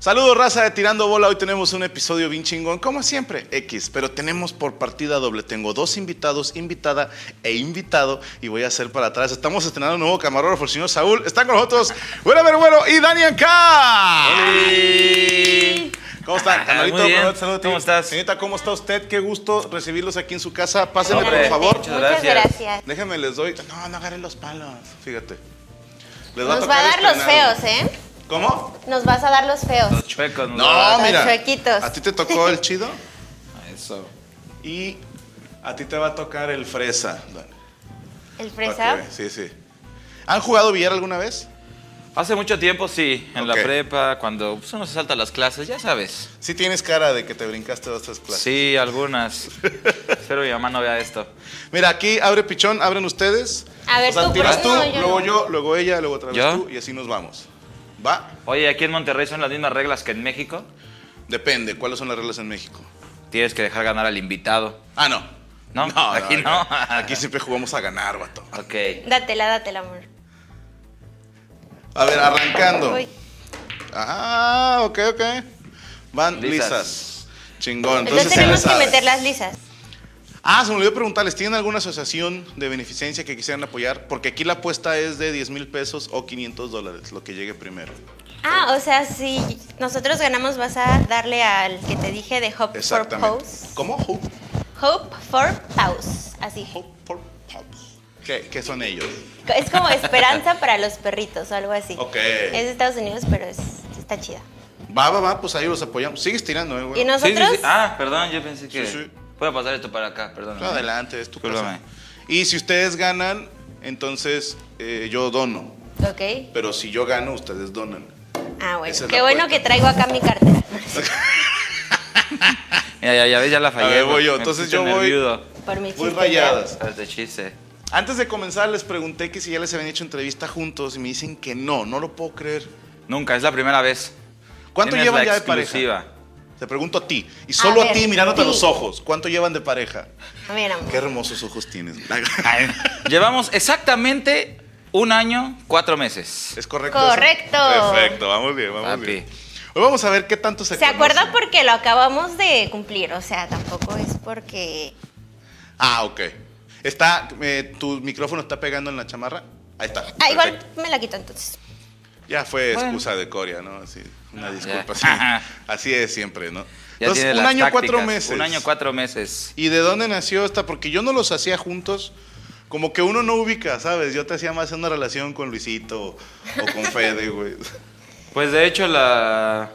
Saludos, raza de Tirando Bola. Hoy tenemos un episodio bien chingón, como siempre, X, pero tenemos por partida doble. Tengo dos invitados, invitada e invitado, y voy a hacer para atrás. Estamos estrenando un nuevo camarógrafo, el señor Saúl. Están con nosotros, Güera Vergüero y Daniel K. ¿Cómo Ah, están? Canalito, Muy bien. Canalito, saludos. ¿Cómo estás? Señorita, ¿cómo está usted? Qué gusto recibirlos aquí en su casa. Pásenme, por Hombre, favor. muchas Muchas gracias. gracias. Déjenme, les doy. No, no agarren los palos. Fíjate. Les Nos va a dar los estrenar. feos, ¿eh? ¿Cómo? Nos vas a dar los feos. Los chuecos, nos la No, dan. Los mira. chuequitos. A ti te tocó el chido Eso. y a ti te va a tocar el fresa. Dani. El Para fresa. que veas. Sí, sí. ¿Han jugado billar alguna vez? Hace mucho tiempo sí, en Ok. la prepa, cuando pues, uno se salta las clases, ya sabes. Sí tienes cara de que te brincaste dos, tres clases. Sí, algunas. Espero mi mamá no vea esto. Mira, aquí abre pichón, abren ustedes. A ver, O sea, tú, tiras pero- tú, no, yo luego no. yo, luego ella, luego otra vez ¿Yo? tú y así nos vamos. ¿Va? Oye, aquí en Monterrey son las mismas reglas que en México. Depende, ¿cuáles son las reglas en México? Tienes que dejar ganar al invitado. Ah, no. ¿No? Aquí no. Aquí siempre jugamos a ganar, vato. Ok. Dátela, dátela, amor. A ver, arrancando. Uy. Ah, ok, ok. Van lisas. Lisas. Chingón. Entonces, sí le tenemos que sabe. meter las lisas. Ah, se me olvidó preguntarles, ¿tienen alguna asociación de beneficencia que quisieran apoyar? Porque aquí la apuesta es de 10 mil pesos o 500 dólares, lo que llegue primero. Ah, o sea, si nosotros ganamos, vas a darle al que te dije de Hope for Exactamente. Pause. ¿Cómo? Hope, Hope for Pause. Así. hope for house. ¿Qué, qué son ellos? Es como esperanza para los perritos o algo así. Ok. Es de Estados Unidos, pero es, está chida. Va, va, va, pues ahí los apoyamos. Sigues tirando, eh, güey. Y Sí, sí, nosotros, sí. Ah, perdón, yo pensé que. Sí, sí. Voy a pasar esto para acá, perdón. No, Adelante, es tu casa. Discúlpame. Y si ustedes ganan, entonces eh, yo dono. ok. Pero si yo gano, ustedes donan. Ah, Esa bueno. es Qué la bueno apuesta. que traigo acá mi cartera. Mira, ya, ya ves, ya la fallé. ver, voy güey. yo, Me entonces puse yo voy- nerviudo. Por Muy mi chiste, rayadas. Estás de chiste. Antes de comenzar les pregunté que si ya les habían hecho entrevista juntos y me dicen que no, no lo puedo creer. Nunca, es la primera vez. ¿Cuánto Tienes llevan la ya de pareja? exclusiva. Te pregunto a ti, y solo a, ver, ti mirándote a sí. los ojos, ¿cuánto llevan de pareja? ya. Mira, amor. Qué hermosos ojos tienes. Ay, Llevamos exactamente un año, cuatro meses. ¿Es correcto? Correcto. eso? Perfecto, vamos bien, vamos Papi. bien. Hoy vamos a ver qué tanto se ¿Se acuerda conocen. porque lo acabamos de cumplir? O sea, tampoco es porque. Ah, ok. Está, eh, tu micrófono está pegando en la chamarra. Ahí está. Ah, igual perfecto. me la quito entonces. Ya fue Bueno. excusa de Corea, ¿no? Así, una disculpa. sí. Ajá. Así es siempre, ¿no? Ya Entonces, tiene un las año, cuatro tácticas. meses. Un año, cuatro meses. ¿Y de dónde nació esta? Porque yo no los hacía juntos. Como que uno no ubica, ¿sabes? Yo te hacía más una relación con Luisito o, o con Fede, güey. Pues de hecho la,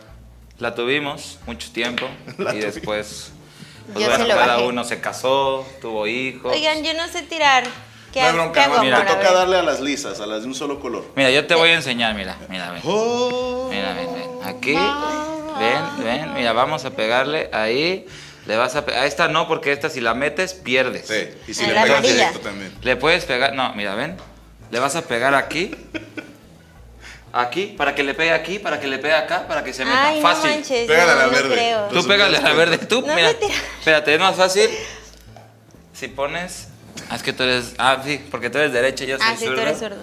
la tuvimos mucho tiempo y después pues, Yo bueno, se lo cada bajé. uno se casó, tuvo hijos. Oigan, yo no sé tirar. ¿Qué, No hay ha- bronca, qué hago, no, mira. amor? te A toca ver. darle a las lisas, a las de un solo color. Mira, yo te voy a enseñar, mira, mira, ven. ¡Oh! Mira, ven, ven. Aquí, ven, ven, mira, vamos a pegarle ahí. Le vas a pe- a esta no porque esta si la metes pierdes. Sí, y si A le la pegas rodilla. directo también. Le puedes pegar, no, mira, ven. Le vas a pegar aquí. Aquí, para que le pegue aquí, para que le pegue acá, para que se meta. Ay, Fácil. no manches. Pégale no, a la no verde. creo. Tú pégale a la verde, tú, No mira. sé tirar. Espérate, es más fácil. Si pones. ah, Es que tú eres. Ah, sí, porque tú eres derecha, yo soy Ah, sí, tú zurdo. eres zurdo.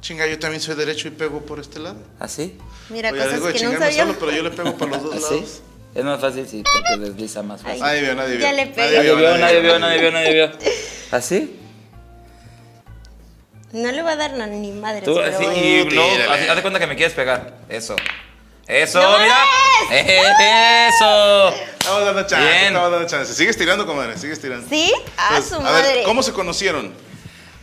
Chinga, yo también soy derecho y pego por este lado. ¿Así? Mira, Oye, cosas algo de que no chingarme sabía. ¿Ah, solo, pero yo le pego por los dos ¿Así? lados. Es más fácil, sí, porque desliza más Ay, fácil. Nadie vio, nadie vio. Ya le pegué. Nadie Nadie vio, nadie vio, nadie vio, nadie vio. ¿Así? No le voy a dar no, ni madre. Tú pero así bueno. y no, Tírale. así, haz de cuenta que me quieres pegar. Eso. Eso, ¡No mira. es! Eso. Estamos dando chance, Bien. estamos dando chance. Sigues tirando, comadre, sigues tirando. ¿Sí? Ah, Pues, su a madre. ver, ¿cómo se conocieron?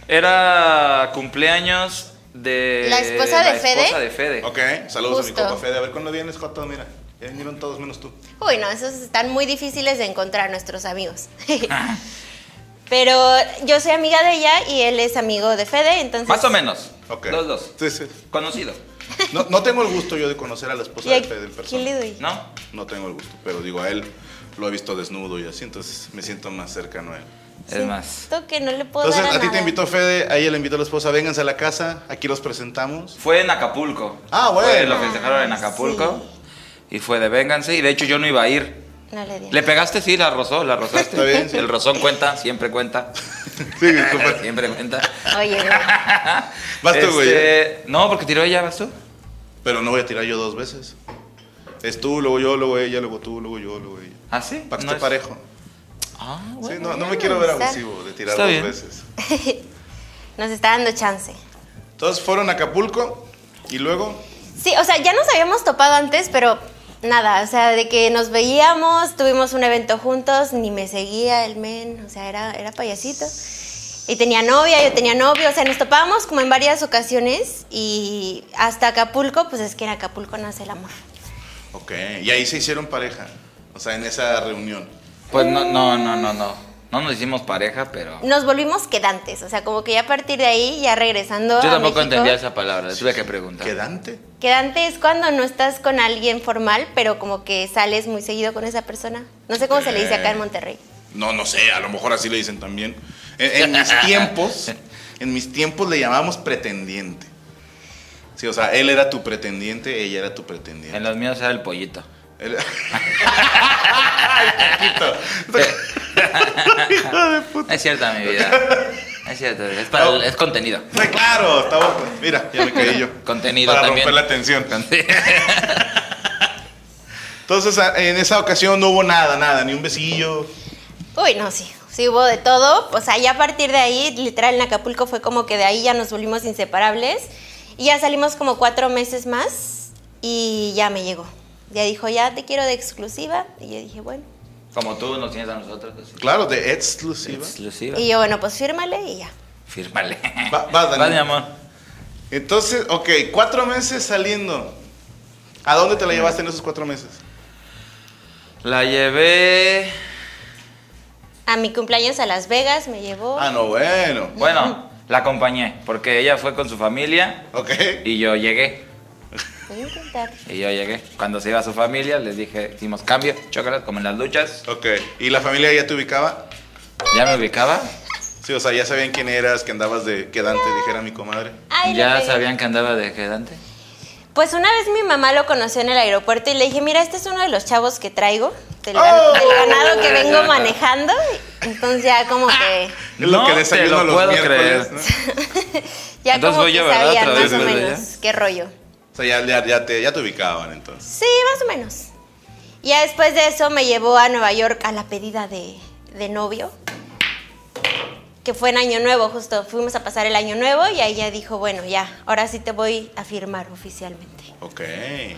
Era cumpleaños de. ¿La esposa de la Fede? esposa de Fede. Ok, saludos Justo. a mi compa Fede. A ver, ¿cuándo vienes, Joto? Mira, ya vinieron todos menos tú. Uy, no, esos están muy difíciles de encontrar nuestros amigos. Ah. Pero yo soy amiga de ella y él es amigo de Fede, entonces... Más o menos. Ok. Los dos. Sí, sí. Conocido. No, no tengo el gusto yo de conocer a la esposa ¿Y a de Fede en quién le persona. doy? ¿No? No tengo el gusto, pero digo, a él lo he visto desnudo y así, entonces me siento más cercano a él. Es más. Siento que no le puedo Entonces, dar a a ti te nada. invitó Fede, a ella le invitó a la esposa, vénganse a la casa, aquí los presentamos. Fue en Acapulco. Ah, bueno. Fue, lo festejaron en Ah, Acapulco. Y fue de vénganse. Y de hecho yo no iba a ir. No le di. Le pegaste, sí, la rozó, la rozaste. Está bien, sí. El rozón cuenta, siempre cuenta. Sí, compadre. siempre cuenta. Oye, güey. Vas tú, güey. Este- ¿eh? Este, No, porque tiró ella, vas tú. Pero no voy a tirar yo dos veces. Es tú, luego yo, luego ella, luego tú, luego yo, luego ella. ¿Ah, sí? Para que No esté es- parejo. Ah, Sí, no, bueno. no bueno, me quiero ver está- abusivo de tirar está dos bien. veces. Nos está dando chance. Entonces fueron a Acapulco y luego Sí, o sea, ya nos habíamos topado antes, pero nada, o sea, de que nos veíamos, tuvimos un evento juntos, ni me seguía el men, o sea, era, era payasito. Y tenía novia, yo tenía novio, o sea, nos topábamos como en varias ocasiones y hasta Acapulco, pues es que en Acapulco nace el amor. Ok, y ahí se hicieron pareja, o sea, en esa reunión. Pues no, no, no, no, no. No nos hicimos pareja, pero. Nos volvimos quedantes, o sea, como que ya a partir de ahí, ya regresando Yo a tampoco México, entendía esa palabra, le tuve que preguntar. ¿Quedante? Quedante es cuando no estás con alguien formal, pero como que sales muy seguido con esa persona. No sé cómo se le dice acá en Monterrey. No, no sé, a lo mejor así le dicen también. En, en mis tiempos, en mis tiempos le llamábamos pretendiente. Sí, o sea, él era tu pretendiente, ella era tu pretendiente. En los míos era el pollito. Él- Ay, Paquito. Hijo de puta. Es cierta mi vida. Es cierto, es, para el- es contenido. Sí, Claro, estaba. Mira, ya me caí yo. Contenido Para también. romper la tensión. Entonces, a- en esa ocasión no hubo nada, nada, ni un besillo. Uy, no, sí. Sí hubo de todo. O sea, ya a partir de ahí, literal, en Acapulco fue como que de ahí ya nos volvimos inseparables. Y ya salimos como cuatro meses más y ya me llegó. Ya dijo, ya te quiero de exclusiva. Y yo dije, bueno. Como tú nos tienes a nosotros. pues, Claro, de exclusiva. Exclusiva. Y yo, bueno, pues fírmale y ya. Fírmale. Va- vas, Dani. Vas, mi amor. Entonces, ok, cuatro meses saliendo. ¿A dónde te la llevaste en esos cuatro meses? La llevé. A mi cumpleaños a Las Vegas me llevó. Ah, no, bueno. Bueno, la acompañé, porque ella fue con su familia Ok. y yo llegué. Voy a intentar. Y yo llegué. Cuando se iba a su familia, les dije, hicimos cambio, chócalas, como en las duchas. Ok. ¿Y la familia ya te ubicaba? Ya me ubicaba. Sí, o sea, ya sabían quién eras, que andabas de quedante, dijera mi comadre. Ay, la ya regué. sabían que andaba de quedante. Pues una vez mi mamá lo conoció en el aeropuerto y le dije, mira, este es uno de los chavos que traigo, del, gan- ¡Oh! del ganado que vengo manejando. Entonces ya como que, Es lo No que te desayuno lo los puedo miércoles, creer. ¿no? ya Entonces como voy que yo, ¿verdad? sabían Otra más vez, o ¿verdad? menos qué rollo. O sea, ya, ya- ya te, ya te ubicaban entonces. Sí, más o menos. Y ya después de eso me llevó a Nueva York a la pedida de, de novio, que fue en Año Nuevo justo. Fuimos a pasar el Año Nuevo y ahí ya dijo, bueno, ya, ahora sí te voy a firmar oficialmente. Ok.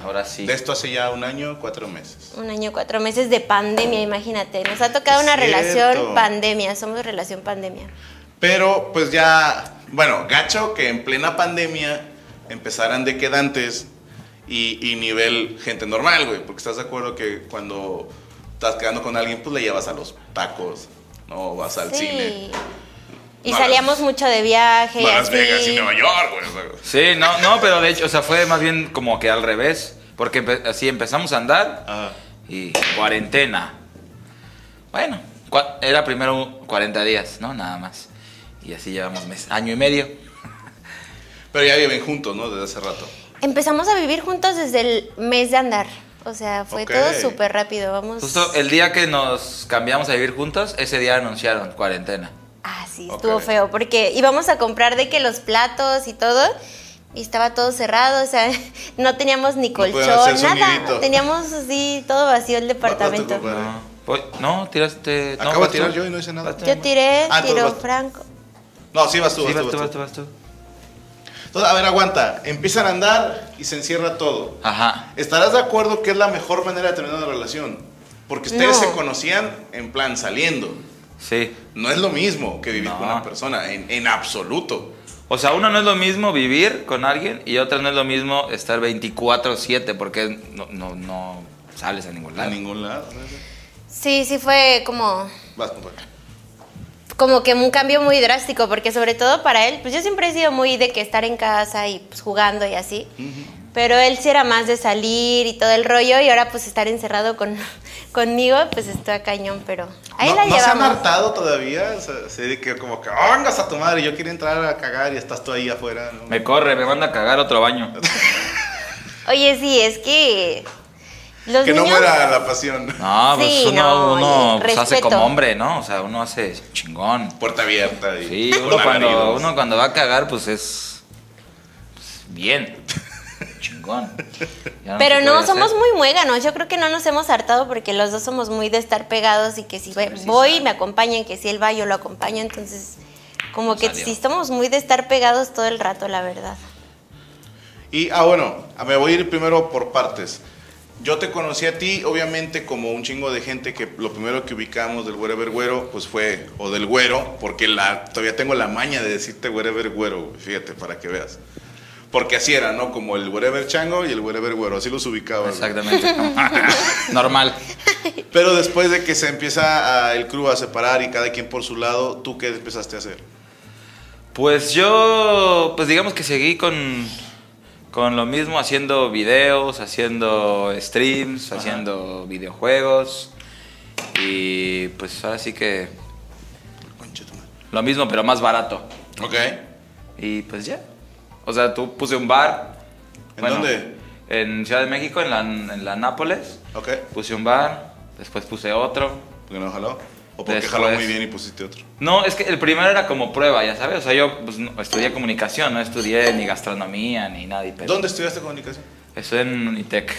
Ahora sí. De esto hace ya un año, cuatro meses. Un año, cuatro meses de pandemia, imagínate. Nos ha tocado una Cierto. relación pandemia, somos relación pandemia. Pero pues ya, bueno, gacho que en plena pandemia empezaran de quedantes y, y nivel gente normal, güey. Porque estás de acuerdo que cuando estás quedando con alguien, pues le llevas a los tacos, ¿no? O vas al cine. Y No, salíamos mucho de viaje. No a Las así. Vegas y Nueva York, güey. o sea, Sí, no, no, pero de hecho, o sea, fue más bien como que al revés. Porque empe- así empezamos a andar ajá. y cuarentena. Bueno, cua- era primero un- 40 días, ¿no? Nada más. Y así llevamos mes, año y medio. Pero ya viven juntos, ¿no? Desde hace rato. Empezamos a vivir juntos desde el mes de andar. O sea, fue Ok. todo súper rápido. Vamos. Justo el día que nos cambiamos a vivir juntos, ese día anunciaron cuarentena. Ah, sí, Ok. estuvo feo. Porque íbamos a comprar de que los platos y todo. Y estaba todo cerrado. O sea, no teníamos ni colchón, podían hacer nada. sonidito. Teníamos así todo vacío el departamento. compadre. Vale. No, pues, no tiraste. no, Acabo vas de tirar tú. yo y no hice nada. Vas tú, Yo amor. tiré, Ah, tú tiró vas- Franco. No, sí vas tú, Sí, vas tú, vas tú. vas tú. Entonces, a ver, aguanta. Empiezan a andar y se encierra todo. Ajá. ¿Estarás de acuerdo que es la mejor manera de terminar una relación? Porque ustedes No. se conocían en plan saliendo. Sí. No es lo mismo que vivir No. con una persona, en, en absoluto. O sea, uno no es lo mismo vivir con alguien y otra no es lo mismo estar 24-7 porque no, no, no sales a ningún A lado. ningún lado. Sí, sí fue como, Vas, compadre. como que un cambio muy drástico, porque sobre todo para él, pues yo siempre he sido muy de que estar en casa y pues, jugando y así. Pero él sí era más de salir y todo el rollo, y ahora pues estar encerrado con, conmigo, pues está cañón, pero ahí no, la ¿no se han llevamos. hartado todavía? O sea, así de que como que, "Ah, vengas a tu madre, yo quiero entrar a cagar y estás tú ahí afuera. ¿no? Me corre, me manda a cagar otro baño. Oye, sí, es que los Que no niños... muera la pasión. No, pues Sí, uno, no, uno y pues, hace respeto. como hombre, ¿no? O sea, uno hace chingón. Puerta abierta. Y Sí, con uno cuando, alaridos. uno cuando va a cagar, pues es. pues, bien. chingón. Ya Pero sé qué voy no, a somos hacer. muy muéganos. Yo creo que no nos hemos hartado porque los dos somos muy de estar pegados y que si voy, sí voy, sale. me acompañan, que si él va, yo lo acompaño. Entonces, como que Salió. sí estamos muy de estar pegados todo el rato, la verdad. Y, ah, bueno, a- me voy a ir primero por partes. Yo te conocí a ti, obviamente, como un chingo de gente que lo primero que ubicamos del Wherever Güero, pues fue, o del Güero, porque la, todavía tengo la maña de decirte Wherever Güero, güey, fíjate, para que veas. Porque así era, ¿no? Como el Wherever Chango y el Wherever Güero, así los ubicaba. güey. Exactamente. Normal. Pero después de que se empieza a- el crew a separar y cada quien por su lado, ¿tú qué empezaste a hacer? Pues yo, pues digamos que seguí con, con lo mismo, haciendo videos, haciendo streams, haciendo videojuegos. Y pues ahora sí que Concha tu madre. lo mismo, pero más barato. Ok. Y pues ya. O sea, tú puse un bar. ¿En dónde? En Ciudad de México, en la, en la Nápoles. Ok. Puse un bar, después puse otro. ¿Por qué no jaló? ¿O porque Después. jaló muy bien y pusiste otro? No, es que el primero era como prueba, ya sabes. O sea, yo pues, no- estudié comunicación, no estudié ni gastronomía ni nada. y pedo. ¿Dónde estudiaste comunicación? Estoy en Unitec.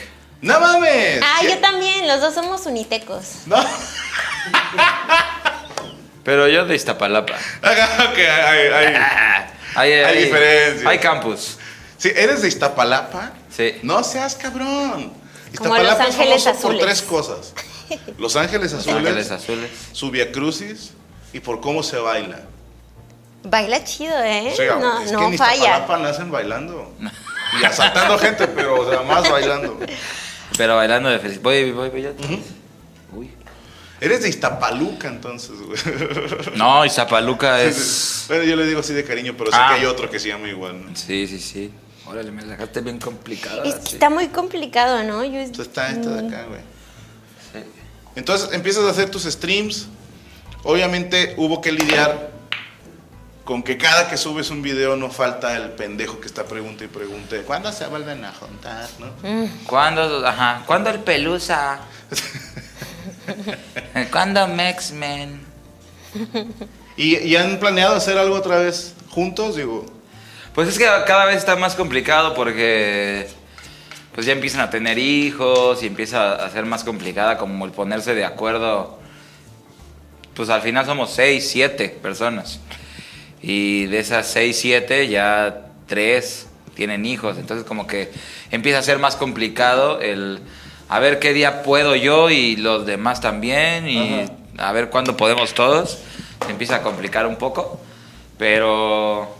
¡No mames! Ah, ¿Qué? yo también, los dos somos unitecos. No. Pero yo de Iztapalapa. Ajá, ok, ahí, ahí. Hay, Hay diferencias. Hay campus. Sí, ¿eres de Iztapalapa? Sí. No seas cabrón. Como Los Iztapalapa es Ángeles famoso por Azules. tres cosas. Los Ángeles Azules, Ángeles azules. su Via Crucis y por cómo se baila. Baila chido, ¿eh? O sea, no es que no en falla. Iztapalapa nacen bailando. Y asaltando gente, pero o sea, más bailando. Pero bailando de feliz. Voy, voy, voy. ya. Uy. Eres de Iztapaluca entonces, güey. No, Iztapaluca es. Bueno, yo le digo así de cariño, pero sé Ah. que hay otro que se llama igual. ¿no? Sí, sí, sí. Órale, me la sacaste bien complicada. Es que sí. está muy complicado, ¿no? Yo, Entonces está esta de acá, güey. Sí. Entonces empiezas a hacer tus streams. Obviamente hubo que lidiar con que cada que subes un video no falta el pendejo que está pregunta y pregunte. ¿Cuándo se vuelven a juntar? ¿no? ¿Cuándo, ajá, ¿cuándo el Pelusa? ¿Cuándo Mexmen? ¿Y, y han planeado hacer algo otra vez juntos? Digo, Pues es que cada vez está más complicado porque pues ya empiezan a tener hijos y empieza a ser más complicada como el ponerse de acuerdo. Pues al final somos 6, 7 personas. Y de esas 6, 7 ya 3 tienen hijos. Entonces como que empieza a ser más complicado el a ver qué día puedo yo y los demás también y a ver cuándo podemos todos. Se empieza a complicar un poco. Pero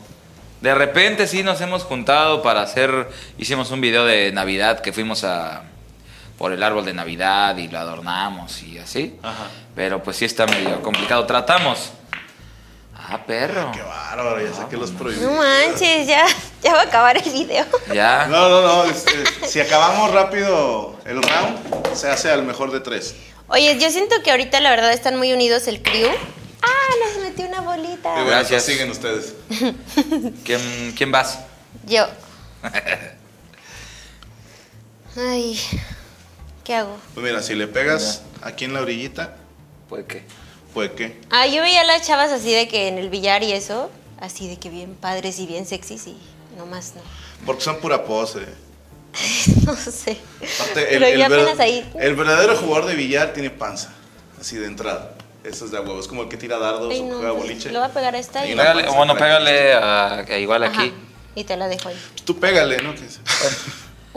de repente sí nos hemos juntado para hacer, hicimos un video de Navidad que fuimos a por el árbol de Navidad y lo adornamos y así. Ajá. Pero pues sí está medio complicado. Tratamos. Ah, perro. qué bárbaro, ya sé que los prohibí. No manches, ya, ya va a acabar el video. Ya. No, no, no. este, si acabamos rápido el round, se hace al mejor de tres. Oye, yo siento que ahorita la verdad están muy unidos el crew. Ah, nos metió una bolita. Y bueno, pues, Gracias. siguen ustedes. ¿Quién, quién vas? Yo. Ay, ¿qué hago? Pues mira, si le pegas aquí en la orillita, Pues qué. pues qué. Ah, yo veía a las chavas así de que en el billar y eso, así de que bien padres y bien sexys y nomás no. Porque son pura pose. No sé. Aparte, el, Pero yo el ver- apenas ahí. el verdadero jugador de billar tiene panza, así de entrada. Eso es de a huevo, es como el que tira dardos Ay, o no, juega pues, boliche. lo voy a pegar a esta Y y. la- Pégale, panza bueno, para pégale a- a igual aquí. Ajá, y te la dejo ahí. Tú pégale, ¿no? Que-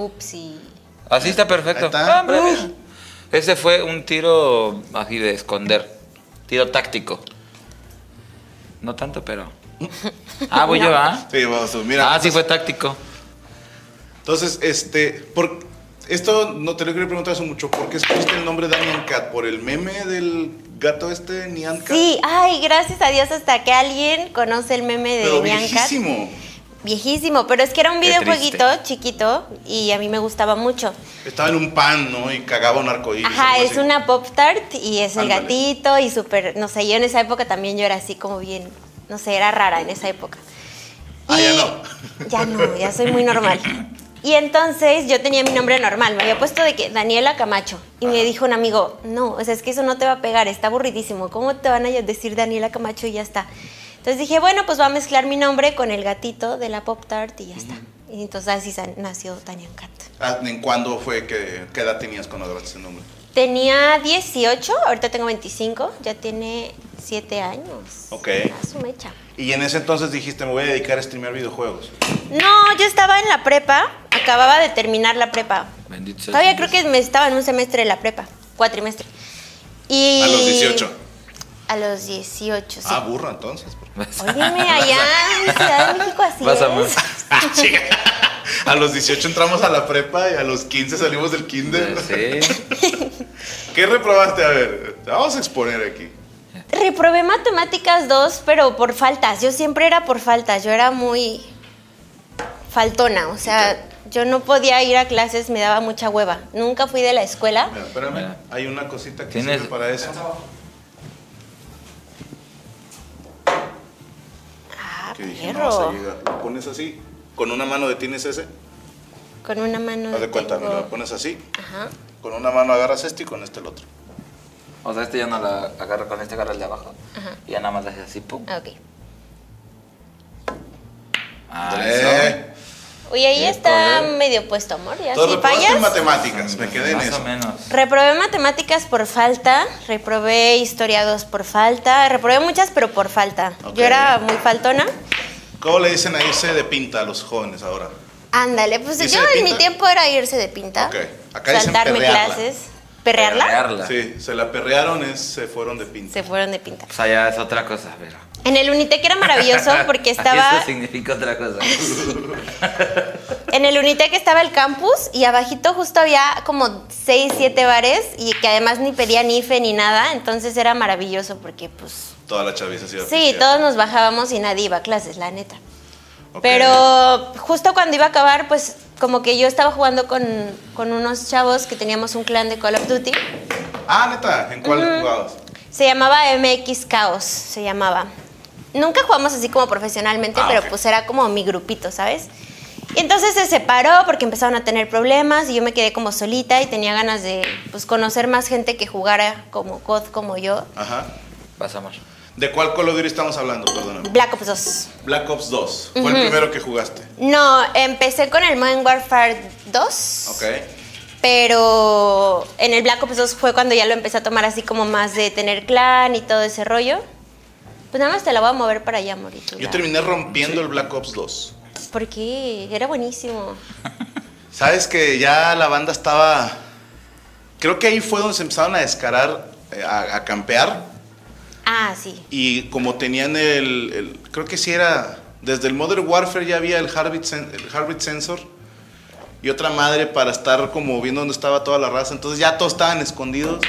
Upsi. Así está perfecto. Ahí está. Ah, hombre, mira. Ese fue un tiro así de esconder. Tiro táctico. No tanto, pero. Ah, voy yo, ¿ah? Sí, vamos, tú, mira. ah, sí fue táctico. Entonces, este, por, esto no te lo quería preguntar hace mucho, ¿por qué escogiste el nombre Daniel Cat? ¿Por el meme del gato este, Nyan Cat? Sí, eh, ay, gracias a Dios hasta que alguien conoce el meme de Pero Nyan Cat. viejísimo. Viejísimo, pero es que era un Qué videojueguito triste. chiquito y a mí me gustaba mucho. Estaba en un pan, ¿no? Y cagaba un arcoíris. Ajá, algo es así. una pop tart y es el Ándale. gatito y súper, no sé, yo en esa época también yo era así como bien, no sé, era rara en esa época. Ah, ya Y- no. Ya no, ya soy muy normal. Y entonces yo tenía mi nombre normal, me había puesto de que Daniela Camacho. Y me dijo un amigo, no, o sea, es que eso no te va a pegar, está aburridísimo. ¿Cómo te van a decir Daniela Camacho y ya está? Entonces dije, bueno, pues voy a mezclar mi nombre con el gatito de la Pop Tart y ya está. Y entonces así sa- nació Daniel Cat. Ah, ¿En cuándo fue que qué edad tenías cuando grabaste el nombre? Tenía 18, ahorita tengo 25, ya tiene 7 años. Ok. A su mecha. Y en ese entonces dijiste, me voy a dedicar a streamear videojuegos. No, yo estaba en la prepa, acababa de terminar la prepa. Bendito sea Todavía el creo Señor. que me estaba en un semestre de la prepa, cuatrimestre. Y A los 18. A los 18, sí. Ah, burro entonces. Óyeme, allá en Ciudad de México así ¿eh? Vas a es. Chinga. Ah, a los 18 entramos a la prepa y a los 15 salimos del kinder. Sí. ¿Qué reprobaste? A ver, te vamos a exponer aquí. Reprobé matemáticas 2, pero por faltas. Yo siempre era por faltas. Yo era muy faltona. O sea, yo no podía ir a clases, me daba mucha hueva. Nunca fui de la escuela. Mira, espérame, Mira. hay una cosita que Tienes- sirve para eso. Ah, Que dije, no vas a perro. llegar. Lo pones así, con una mano detienes ese. Con una Mm, mano. Haz de cuenta, tengo- mira, lo pones así. Ajá. Con una mano agarras este y con este el otro. O sea, este ya no la agarra con este, agarra el de abajo. Y ya nada más le haces así, pum. Ah, ok. Ah, Eh, Uy, ahí Qué está problema. medio puesto, amor. Ya, Entonces si reprobaste en fallas. matemáticas, me quedé en Más o eso. menos. Reprobé matemáticas por falta, reprobé historia 2 por falta, reprobé muchas, pero por falta. Ok. Yo era muy faltona. ¿Cómo le dicen a irse de pinta a los jóvenes ahora? Ándale, pues ¿Irse yo de en pinta? mi tiempo era irse de pinta. Ok. Acá dicen saltarme perrearla. clases. ¿Perrearla? Perrearla. Sí, se la perrearon, es, se fueron de pinta. Se fueron de pinta. O sea, ya es otra cosa, pero. En el Unitec era maravilloso porque Eso estaba. significa otra cosa. En el Unitec estaba el campus y abajito justo había como 6, 7 bares y que además ni pedían IFE ni nada. Entonces era maravilloso porque, pues. Toda la chaviza se iba a Sí, pistear. todos nos bajábamos y nadie iba a clases, la neta. Ok. Pero justo cuando iba a acabar, pues como que yo estaba jugando con, con unos chavos que teníamos un clan de Call of Duty. Ah, neta, ¿en cuál jugabas? Se llamaba MX Chaos, se llamaba. Nunca jugamos así como profesionalmente, Ah, pero ok. pues era como mi grupito, ¿sabes? Y entonces se separó porque empezaron a tener problemas y yo me quedé como solita y tenía ganas de pues, conocer más gente que jugara como COD como yo. Ajá. Vas, amor. ¿De cuál Call of Duty estamos hablando? Perdóname. Black Ops 2. Black Ops 2. Fue el primero que jugaste. No, empecé con el Modern Warfare 2. Ok. Pero en el Black Ops 2 fue cuando ya lo empecé a tomar así como más de tener clan y todo ese rollo. Pues nada más te la voy a mover para allá, Morito. Yo terminé rompiendo el Black Ops 2. ¿Por qué? Era buenísimo. Sabes que ya la banda estaba. Creo que ahí fue donde se empezaron a descarar, eh, a, a campear. Ah, sí. Y como tenían el, el- Creo que sí era. Desde el Modern Warfare ya había el Harbit, Sen- el Harbit Sensor. Y otra madre para estar como viendo dónde estaba toda la raza. Entonces ya todos estaban escondidos.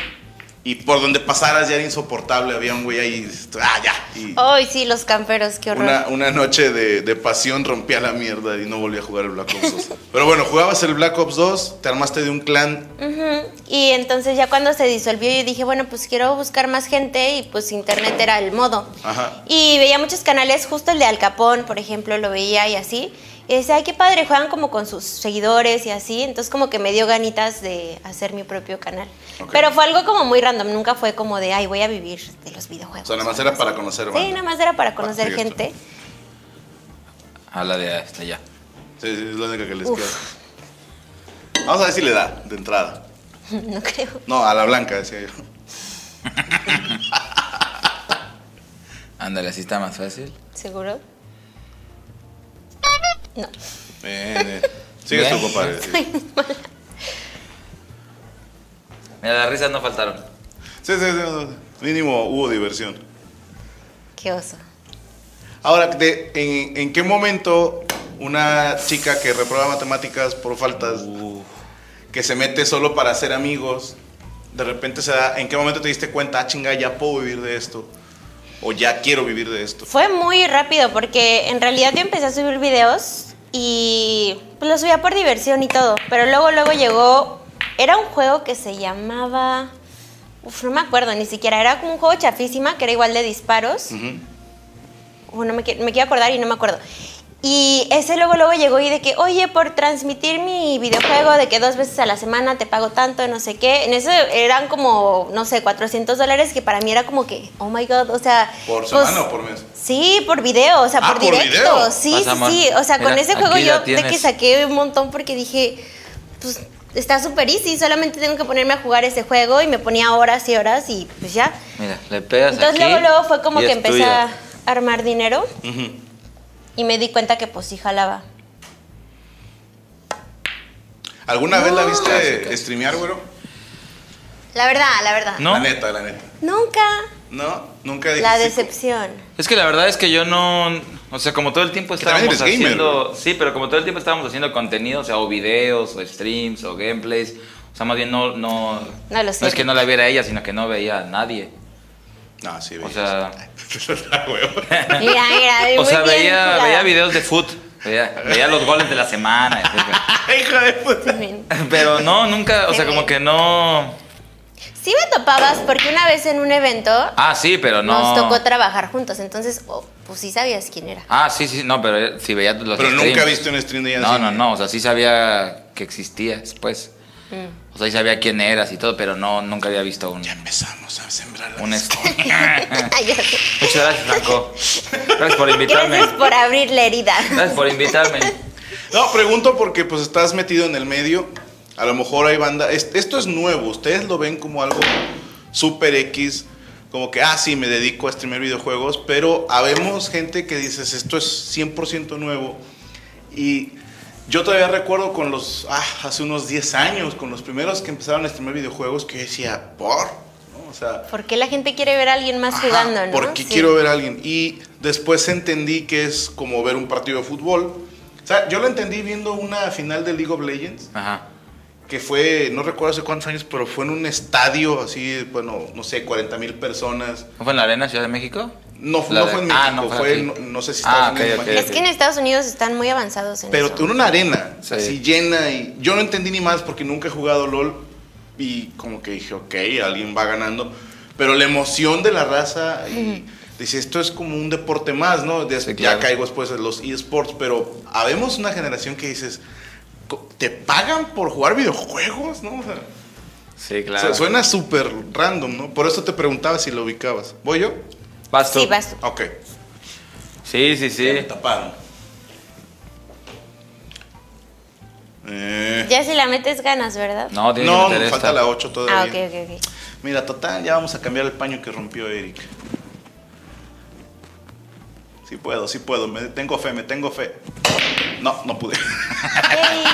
Y por donde pasaras ya era insoportable. Había un güey ahí. Ah, ya. Y Ay, sí, los camperos, Oh, qué horror. una, una noche de, de pasión rompía la mierda y no volví a jugar el Black Ops 2. Pero bueno, jugabas el Black Ops 2, te armaste de un clan Ujú. Y entonces ya cuando se disolvió yo dije, bueno, pues quiero buscar más gente y pues internet era el modo. Ajá. Y veía muchos canales, justo el de Al Capón, por ejemplo, lo veía y así. Y decía, ay, qué padre, juegan como con sus seguidores y así. Entonces como que me dio ganitas de hacer mi propio canal. Ok. Pero fue algo como muy random, nunca fue como de, ay, voy a vivir de los O videojuegos. sea, nada más era para conocer Sí, banda. nada más era para Ah, conocer sí, gente. Habla de esta ya. Sí, sí, es la única que les Uf. queda. Vamos a ver si le da, de entrada. no creo. No, a la blanca, decía yo. Ándale, así está más fácil. ¿Seguro? No. Bien, bien. Sigues tú, Bien. compadre. Sí, Mira, las risas no faltaron. sí, sí. sí, sí. Mínimo hubo diversión. Qué oso. Ahora, de- en, en qué momento una chica que reprueba matemáticas por faltas, que se mete solo para hacer amigos, de repente se da, ¿en qué momento te diste cuenta, ah, chinga, ya puedo vivir de esto? O ya quiero vivir de esto. Fue muy rápido porque en realidad yo empecé a subir videos y pues, los subía por diversión y todo. Pero luego, luego llegó. Era un juego que se llamaba. Uf, no me acuerdo ni siquiera. Era como un juego chafísima que era igual de disparos. Ujú. Mm. Uf, no me, qui- me quiero acordar y no me acuerdo. Y ese luego, luego llegó y de que, oye, por transmitir mi videojuego, de que dos veces a la semana te pago tanto, no sé qué. En eso eran como, no sé, 400 dólares, que para mí era como que, oh my god, o sea. ¿Por pues, semana o por mes? Sí, por video, o sea, Ah, por por directo. video. Sí, Pasa, sí, amor. sí. O sea, con Mira, ese juego aquí yo la de que tienes. saqué un montón porque dije, pues está súper easy, solamente tengo que ponerme a jugar ese juego y me ponía horas y horas y pues ya. Mira, le pegas Entonces aquí luego, luego fue como y que es empecé tuyo. Mm. a armar dinero Ujú. y me di cuenta que pues sí jalaba. ¿Alguna vez la Casi, viste casi. streamear, güero? La verdad, la verdad. No. La neta, la neta. Nunca ¿No? Nunca dijiste. la decepción. Es que la verdad es que yo no. O sea, como todo el tiempo Que también estábamos eres gamer, haciendo. sí, pero como todo el tiempo estábamos haciendo contenido, o sea, o videos, o streams, o gameplays. O sea, más bien no. No, No lo sé. es que no la viera ella, sino que no veía a nadie. No, sí, O veías. sea. Ah, huevo. Mira, mira, muy O sea, bien veía, jugada. veía videos de foot. Veía, veía los goles de la semana. etcétera. Hijo de puta. Pero no, nunca. O sea, como que no. Sí me topabas porque una vez en un evento Ah, sí, pero no. nos tocó trabajar juntos, entonces oh, pues sí sabías quién era. Ah, sí, sí, no, pero sí veía los Pero nunca streams. viste un stream de ella. No, así. no, no, o sea, sí sabía que existías, pues. Mm. O sea, sí sabía quién eras y todo, pero no, nunca había visto un... Ya empezamos a sembrar la un este- Ah. Ay, ya sé. Muchas gracias, Franco. Gracias por invitarme. Gracias por abrir la herida. Gracias por invitarme. No, pregunto porque pues estás metido en el medio. A lo mejor hay banda. es- Esto es nuevo. Ustedes lo ven como algo super X. Como que, ah, sí, me dedico a streamear videojuegos. Pero habemos gente que dices, esto es 100% nuevo. Y yo todavía recuerdo con los. Ah, hace unos 10 años, con los primeros que empezaron a streamear videojuegos, que yo decía, por. ¿no? O sea. ¿Por qué la gente quiere ver a alguien más Ajá, jugando, no? Porque Sí. quiero ver a alguien. Y después entendí que es como ver un partido de fútbol. O sea, yo lo entendí viendo una final de League of Legends, Ajá. que fue, no recuerdo hace cuántos años, pero fue en un estadio así, bueno, no sé, 40 mil personas. ¿No fue en la arena, Ciudad de México? No, fu- La no de- fue en México, Ah, no fue, fue en- aquí. no sé si Ah, Estados Unidos, ok, ok, imagino. Es que en Estados Unidos están muy avanzados en Pero eso. en una arena, Sí. así llena, y yo no entendí ni más porque nunca he jugado LOL y como que dije, ok, alguien va ganando, pero la emoción de la raza, y dice, esto es como un deporte más, ¿no? Des- Sí, claro. Ya caigo después en los esports, pero habemos una generación que dices, co- ¿te pagan por jugar videojuegos? ¿No? O sea, Sí, su- Suena súper random, ¿no? Por eso te preguntaba si lo ubicabas. ¿Voy yo? Vas tú. Sí, vas tú. Ok. Sí, sí, sí. taparon. Eh, Ya si la metes ganas, ¿verdad? No, tienes No, que meter me falta esta. la 8 todavía. Ah, ok, ok, ok. Mira, total, ya vamos a cambiar el paño que rompió Eric. Sí puedo, sí puedo. Me, tengo fe, me tengo fe. No, no pude. Yay.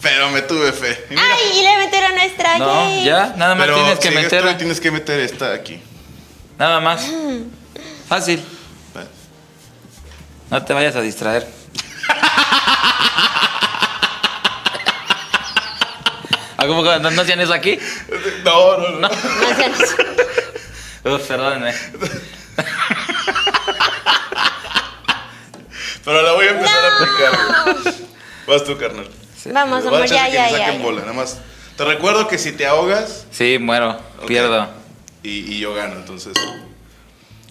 Pero me tuve fe. Y mira, Ay, y le metieron a extra. No, yay. ya, nada más pero tienes que sigues tú y meterla. tienes que meter esta aquí. Nada más. Mm. Fácil. No te vayas a distraer. ¿Ah, cómo que no, no hacían eso aquí? No, no, no. No sean- Uf, perdónenme. Pero la voy a empezar a aplicar. Vas tú, carnal. Vamos, Vas a amor, echar ya, que ya, me ya. saquen ya. bola, nada más. Te recuerdo que si te ahogas Sí, muero, Ok. pierdo. y, y yo gano, entonces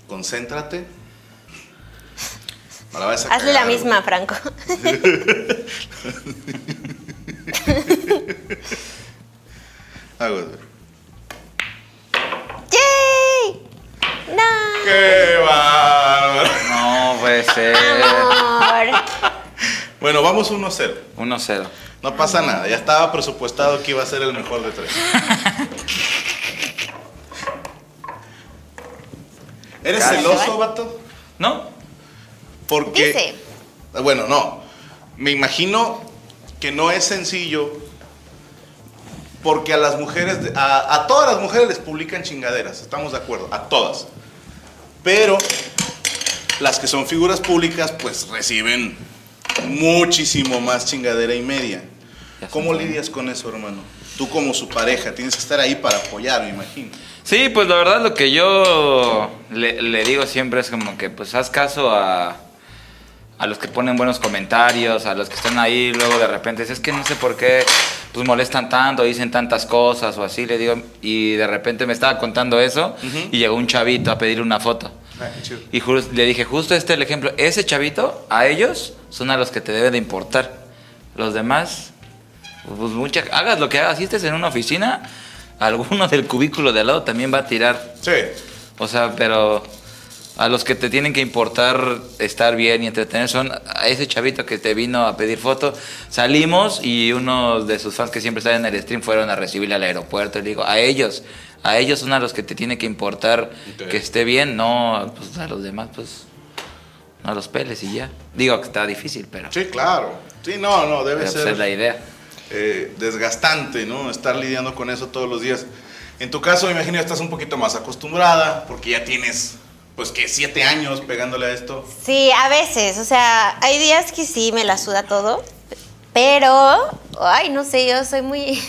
concéntrate. Me la vas a Hazle la cagar, güey. misma, Franco. Ah, güey, güey. ¡Yay! ¡No! ¡Qué bárbaro! No puede ser. Amor. Bueno, vamos 1-0. 1-0. No pasa nada, ya estaba presupuestado que iba a ser el mejor de tres. ¿Eres Casi. celoso, vato? ¿No? Porque. Dice. Ah, Bueno, no. Me imagino que no es sencillo. Porque a las mujeres, a, a todas las mujeres les publican chingaderas, estamos de acuerdo, a todas. Pero las que son figuras públicas, pues reciben muchísimo más chingadera y media. Ya ¿Cómo sé. lidias con eso, hermano? Tú como su pareja, tienes que estar ahí para apoyar, me imagino. Sí, pues la verdad lo que yo le, le digo siempre es como que pues haz caso a, a los que ponen buenos comentarios, a los que están ahí, luego de repente dices, es que no sé por qué pues molestan tanto, dicen tantas cosas o así, le digo, y de repente me estaba contando eso y llegó un chavito a pedir una foto. Ah, qué chido. Y jus- le dije, justo este es el ejemplo. Ese chavito, a ellos son a los que te debe de importar. Los demás, pues mucha, hagas lo que hagas. Si estés en una oficina, alguno del cubículo de al lado también va a tirar. Sí. O sea, pero a los que te tienen que importar estar bien y entretener son a ese chavito que te vino a pedir foto. Salimos y uno de sus fans que siempre está en el stream fueron a recibirle al aeropuerto. Y le digo, a ellos, a ellos son a los que te tiene que importar Ok. que esté bien, no pues, a los demás, pues no los peles y ya. Digo que está difícil, pero, Sí, claro. Sí, no, no, pero, debe pues, ser es la idea. eh, desgastante, ¿no? Estar lidiando con eso todos los días. En tu caso, me imagino, ya estás un poquito más acostumbrada, porque ya tienes, pues, que siete años pegándole a esto. Sí, a veces, o sea, hay días que sí me la suda todo, pero, ay, no sé, yo soy muy,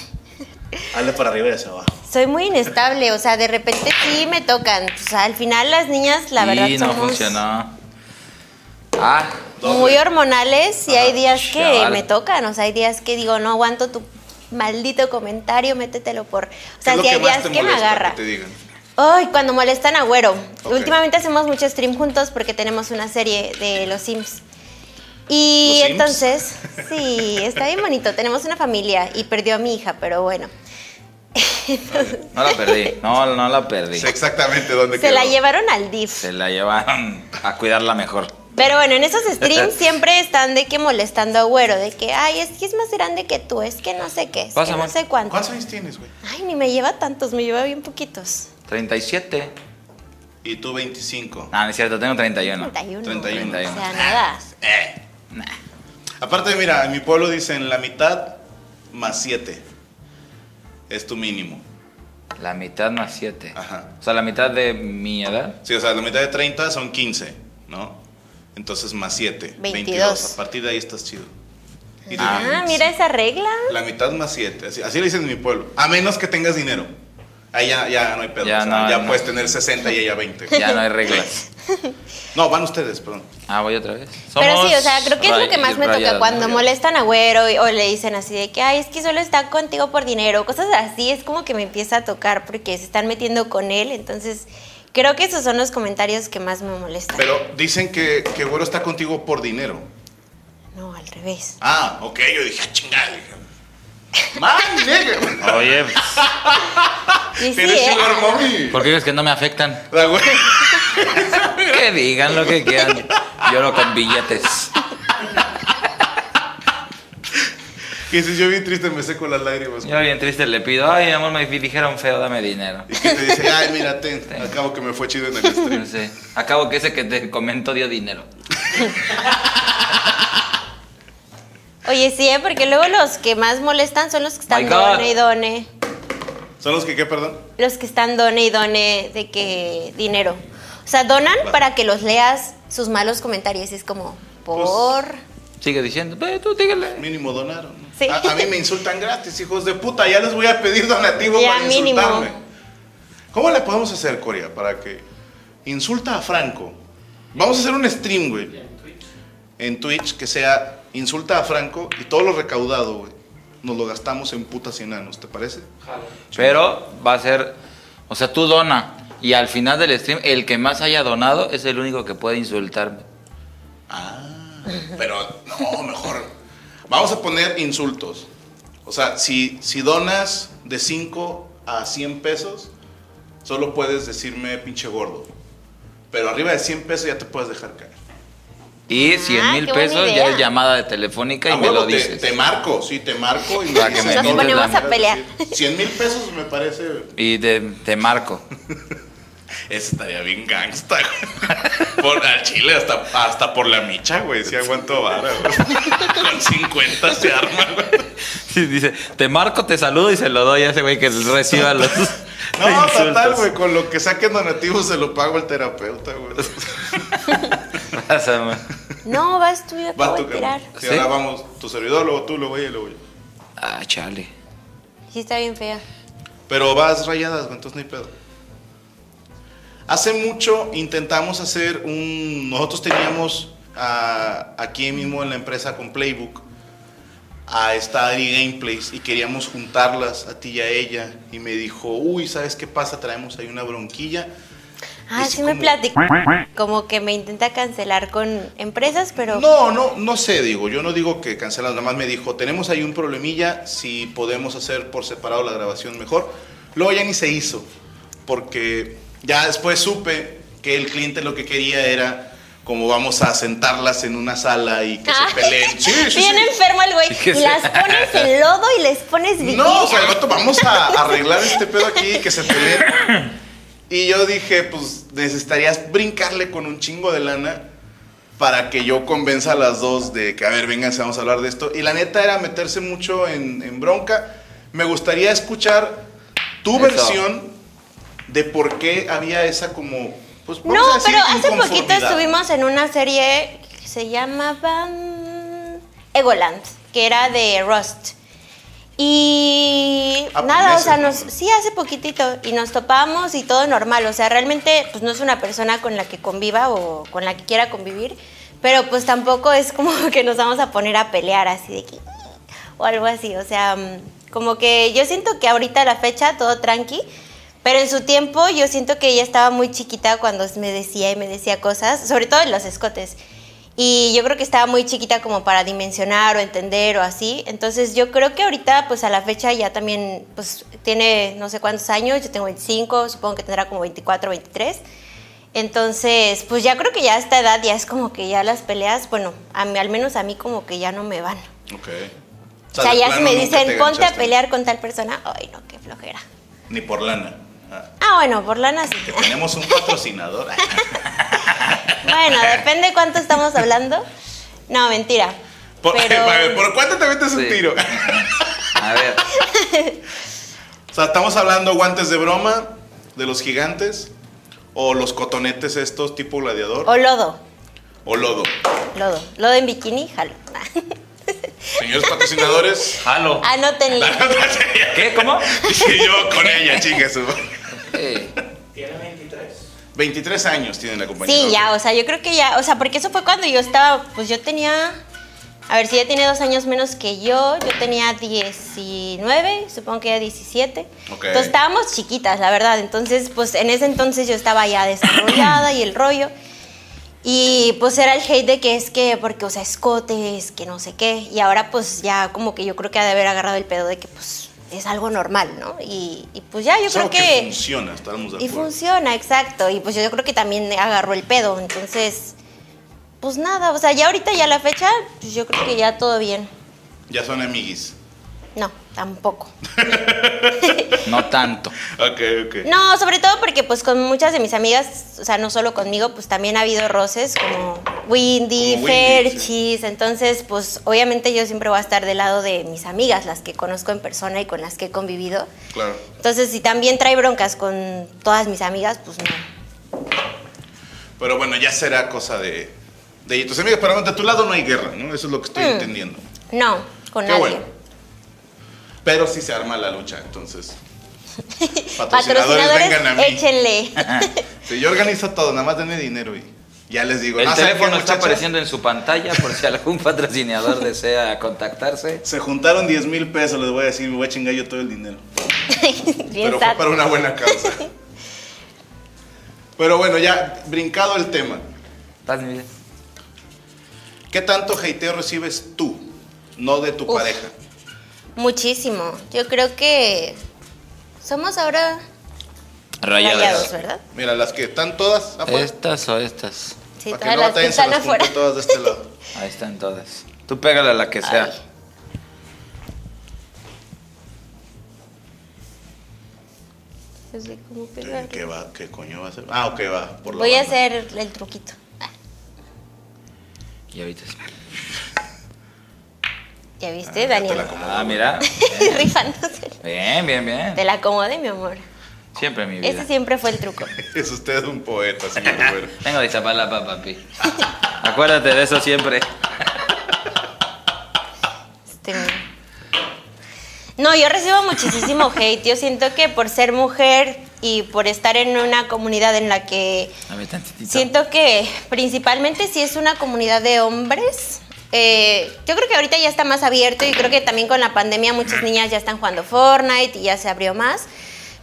Hazle para arriba y hacia abajo. soy muy inestable, o sea, de repente sí me tocan, o sea, al final las niñas, la verdad, y no somos funcionó. Ah, muy hormonales y hay Ah, días que chaval. me tocan, o sea, hay días que digo, no aguanto tu maldito comentario, métetelo por, o sea, ¿Qué es lo sí hay más días te que me molesta agarra. Que te digan. Ay, cuando molestan a Güero. Ok. Últimamente hacemos mucho stream juntos porque tenemos una serie de los Sims. Y ¿Los Sims? entonces, sí, está bien bonito. Tenemos una familia y perdió a mi hija, pero bueno. no la perdí, no, no la perdí. Sé exactamente dónde Se la quedó. llevaron al DIF. Se la llevaron a cuidarla mejor. Pero bueno, en esos streams siempre están de que molestando a Güero, de que, ay, es que es más grande que tú, es que no sé qué, es que Pásame. no sé cuánto. ¿Cuántos años tienes, güey? Ay, ni me lleva tantos, me lleva bien poquitos. 37. Y tú 25. Ah, no es cierto, tengo 31. 31. 31. O sea, nada. Eh. Aparte, mira, en mi pueblo dicen la mitad más siete. Es tu mínimo. La mitad más 7. Ajá. O sea, la mitad de mi edad. Sí, o sea, la mitad de 30 son 15, ¿no? Entonces más 7, 22. 22. A partir de ahí estás chido. Y tú Ah, dices, mira esa regla. La mitad más 7, así, así le dicen en mi pueblo. A menos que tengas dinero. Ahí ya, ya no hay pedo. Ya o sea, no, ya no. puedes tener 60 y ella 20. Ya no hay reglas. No, van ustedes, perdón. Ah, voy otra vez. Pero Somos sí, o sea, creo que es lo que más me rayados, toca cuando rayados. molestan a Güero y- o le dicen así de que, ay, es que solo está contigo por dinero, cosas así, es como que me empieza a tocar porque se están metiendo con él, entonces creo que esos son los comentarios que más me molestan. Pero dicen que, que Güero está contigo por dinero. No, al revés. Ah, ok, yo dije, "Ah, chingada. dije, Man, nigga. Oye, pues, Y sí, Tienes ¿eh? sugar mommy. ¿por qué crees que no me afectan? La güey. Que digan lo que quieran. Lloro con billetes. Que si yo bien triste me seco las lágrimas. Yo bien triste le pido, ay, mi amor, me dijeron feo, dame dinero. Y que te dice, ay, mira, ten, acabo que me fue chido en el No stream. sé. Acabo que ese que te comento dio dinero. Oye, sí, ¿eh? porque luego los que más molestan son los que están My God. done y done, ¿Son los que qué, perdón? los que están done y done de que dinero. O sea, donan para que los leas sus malos comentarios, y es como, por... Sigue diciendo, "Ve, tú dígale. Mínimo donaron. ¿no? Sí. A, a mí me insultan gratis, hijos de puta. Ya les voy a pedir donativo Ya, para mínimo. insultarme. ¿Cómo le podemos hacer, Corea, para que insulta a Franco? Vamos a hacer un stream, güey. En Twitch que sea insulta a Franco y todo lo recaudado, güey. Nos lo gastamos en putas y enanos, ¿te parece? Pero va a ser, o sea, tú dona y al final del stream el que más haya donado es el único que puede insultarme. Pero no, mejor. Vamos a poner insultos. O sea, si, si donas de 5 a 100 pesos, solo puedes decirme pinche gordo. Pero arriba de 100 pesos ya te puedes dejar caer. Y Ah, 100 mil qué buena pesos idea. ya es llamada de telefónica A y me huevo, lo te, dices. te marco, sí, te marco y Para que me Nos ponemos a pelear. 100 mil pesos me parece. Y te, te marco. Eso estaría bien gangsta, güey. Por al chile, hasta, hasta por la micha, güey. Si aguanto vara, güey. Con 50 se arma, güey. Sí, dice, te marco, te saludo y se lo doy a ese güey que reciba los No, insultos. total, güey. Con lo que saquen donativos se lo pago al terapeuta, güey. Pásame. Pues, No, vas tú, yo acabo Vas tú, cabrón. de tirar. Si ¿Sí? ahora vamos, tu servidor, luego tú, luego ella, y luego yo. Ah, chale. Sí, está bien fea. Pero vas rayadas, güey, entonces no hay pedo. Hace mucho intentamos hacer un. Nosotros teníamos a- aquí mismo en la empresa con Playbook a esta Ari Gameplays y queríamos juntarlas a ti y a ella. Y me dijo, uy, ¿sabes qué pasa? Traemos ahí una bronquilla. Ah, Es sí me como- platicó. Como que me intenta cancelar con empresas, pero. No, no, no sé, digo, yo no digo que cancelan, nada más me dijo, tenemos ahí un problemilla, si podemos hacer por separado la grabación mejor. Luego ya ni se hizo, porque ya después supe que el cliente lo que quería era como vamos a sentarlas en una sala y que se peleen. Sí, sí, sí. Bien enfermo el güey. Sí que Y las pones en lodo y les pones vinil. No, o sea, el vato, vamos a arreglar este pedo aquí, que se peleen. Y yo dije, pues necesitarías brincarle con un chingo de lana para que yo convenza a las dos de que, a ver, vengan, vamos a hablar de esto. Y la neta era meterse mucho en, en bronca. Me gustaría escuchar tu Eso. versión de por qué había esa como... Pues, vamos No, a decir, pero hace poquito inconformidad. estuvimos en una serie que se llamaba mm, Egoland, que era de Rust. Y Ah, pues, nada, o meses, sea, ¿no? nos, sí, hace poquitito, y nos topamos y todo normal, o sea, realmente pues no es una persona con la que conviva o con la que quiera convivir, pero pues tampoco es como que nos vamos a poner a pelear así de que o algo así. O sea, mm, como que yo siento que ahorita a la fecha todo tranqui, pero en su tiempo yo siento que ella estaba muy chiquita cuando me decía y me decía cosas, sobre todo en los escotes. Y yo creo que estaba muy chiquita como para dimensionar o entender o así. Entonces yo creo que ahorita, pues a la fecha ya también, pues tiene no sé cuántos años, yo tengo 25, supongo que tendrá como 24, 23. Entonces, pues ya creo que ya a esta edad ya es como que ya las peleas, bueno, a mí, al menos a mí como que ya no me van. Ok. O sea, de ya si plano me nunca dicen, te ponte a ganchaste. pelear con tal persona, ay, no, qué flojera. Ni por lana. Ah, Ah, bueno, por lana sí. que tenemos un patrocinador. Bueno, depende cuánto estamos hablando. No, mentira. Por, Pero- a ver, ¿por cuánto te metes un Sí. tiro? A ver, O sea, estamos hablando guantes de broma de los gigantes o los cotonetes estos tipo gladiador O lodo, o lodo. lodo, lodo en bikini, jalo. Señores patrocinadores, jalo. Ah, Anótenle. ¿Qué? ¿Cómo? Eh, dije yo con ella, chicas. Sí. 23 años tiene la compañía. Sí, ya, o sea, yo creo que ya, o sea, porque eso fue cuando yo estaba, pues yo tenía, a ver, si ella tiene dos años menos que yo, yo tenía 19, supongo que ella 17. Ok. Entonces estábamos chiquitas, la verdad, entonces, pues en ese entonces yo estaba ya desarrollada y el rollo. Y pues era el hate de que es que, porque, o sea, escotes, que no sé qué. Y ahora pues ya como que yo creo que ha de haber agarrado el pedo de que pues es algo normal, ¿no? Y, y, pues ya, yo Es algo creo que, funciona, estábamos de y acuerdo. funciona, exacto. Y pues yo creo que también agarró el pedo. Entonces, pues nada, o sea, ya ahorita, ya la fecha, pues yo creo que ya todo bien. ya son amiguis. No, tampoco. No tanto. Ok, ok. No, sobre todo porque pues con muchas de mis amigas, o sea, no solo conmigo, pues también ha habido roces como Windy, Como Windy, Ferchis. Entonces, pues obviamente yo siempre voy a estar del lado de mis amigas, las que conozco en persona y con las que he convivido. Claro. Entonces, si también trae broncas con todas mis amigas, pues no. Pero bueno, ya será cosa de, de tus amigos. Pero de tu lado no hay guerra, ¿no? Eso es lo que estoy Mm. entendiendo. No, con Qué nadie. bueno. Pero sí se arma la lucha, entonces. Patrocinadores, vengan a mí. échenle. Sí, yo organizo todo, nada más denme dinero y ya les digo. El "No, ¿saben qué, teléfono está muchachas? apareciendo en su pantalla por si algún patrocinador desea contactarse. Se juntaron 10 mil pesos, les voy a decir, me voy a chingar yo todo el dinero. Bien Pero sad. fue para una buena causa. Pero bueno, ya brincado el tema. ¿Estás bien? ¿Qué tanto hateo recibes tú, no de tu Uf. pareja? Muchísimo. Yo creo que somos ahora Rayadas. rayados, ¿verdad? Mira, las que están todas afuera. ¿Estas o estas? Sí, para que no todas las que batallen, se están las afuera. junto todas de este lado. Ahí están todas. Tú pégale a la que sea. Ay. No sé cómo pegar. ¿Qué va? ¿Qué coño va a hacer? Ah, ok, va. Por la Voy a banda. hacer el truquito. Ah, Y ahorita sí. ¿Ya Ah, viste, ya te Daniel? la acomodo. Ah, mira. Rifándose. Bien, bien, bien. Te la acomodé, mi amor. Siempre mi vida. Ese siempre fue el truco. Es usted un poeta, señor Rivero. Vengo de Iztapalapa, papi. Acuérdate de eso siempre. Este, No, yo recibo muchísimo hate. Yo siento que por ser mujer y por estar en una comunidad en la que A ver, tantitito. Siento que principalmente si es una comunidad de hombres. eh, yo creo que ahorita ya está más abierto y creo que también con la pandemia muchas niñas ya están jugando Fortnite y ya se abrió más.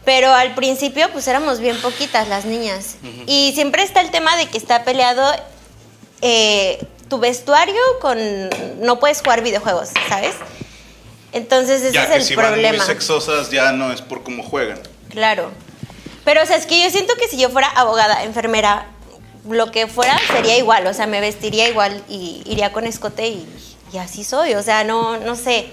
Pero al principio pues éramos bien poquitas las niñas. Y siempre está el tema de que está peleado eh, tu vestuario con... No puedes jugar videojuegos, ¿sabes? Entonces ese ya que es el si van problema. muy sexosas, ya no es por cómo juegan. Claro. Pero, o sea, es que yo siento que si yo fuera abogada, enfermera, lo que fuera sería igual. O sea, me vestiría igual y iría con escote y, y así soy. O sea, no, no sé.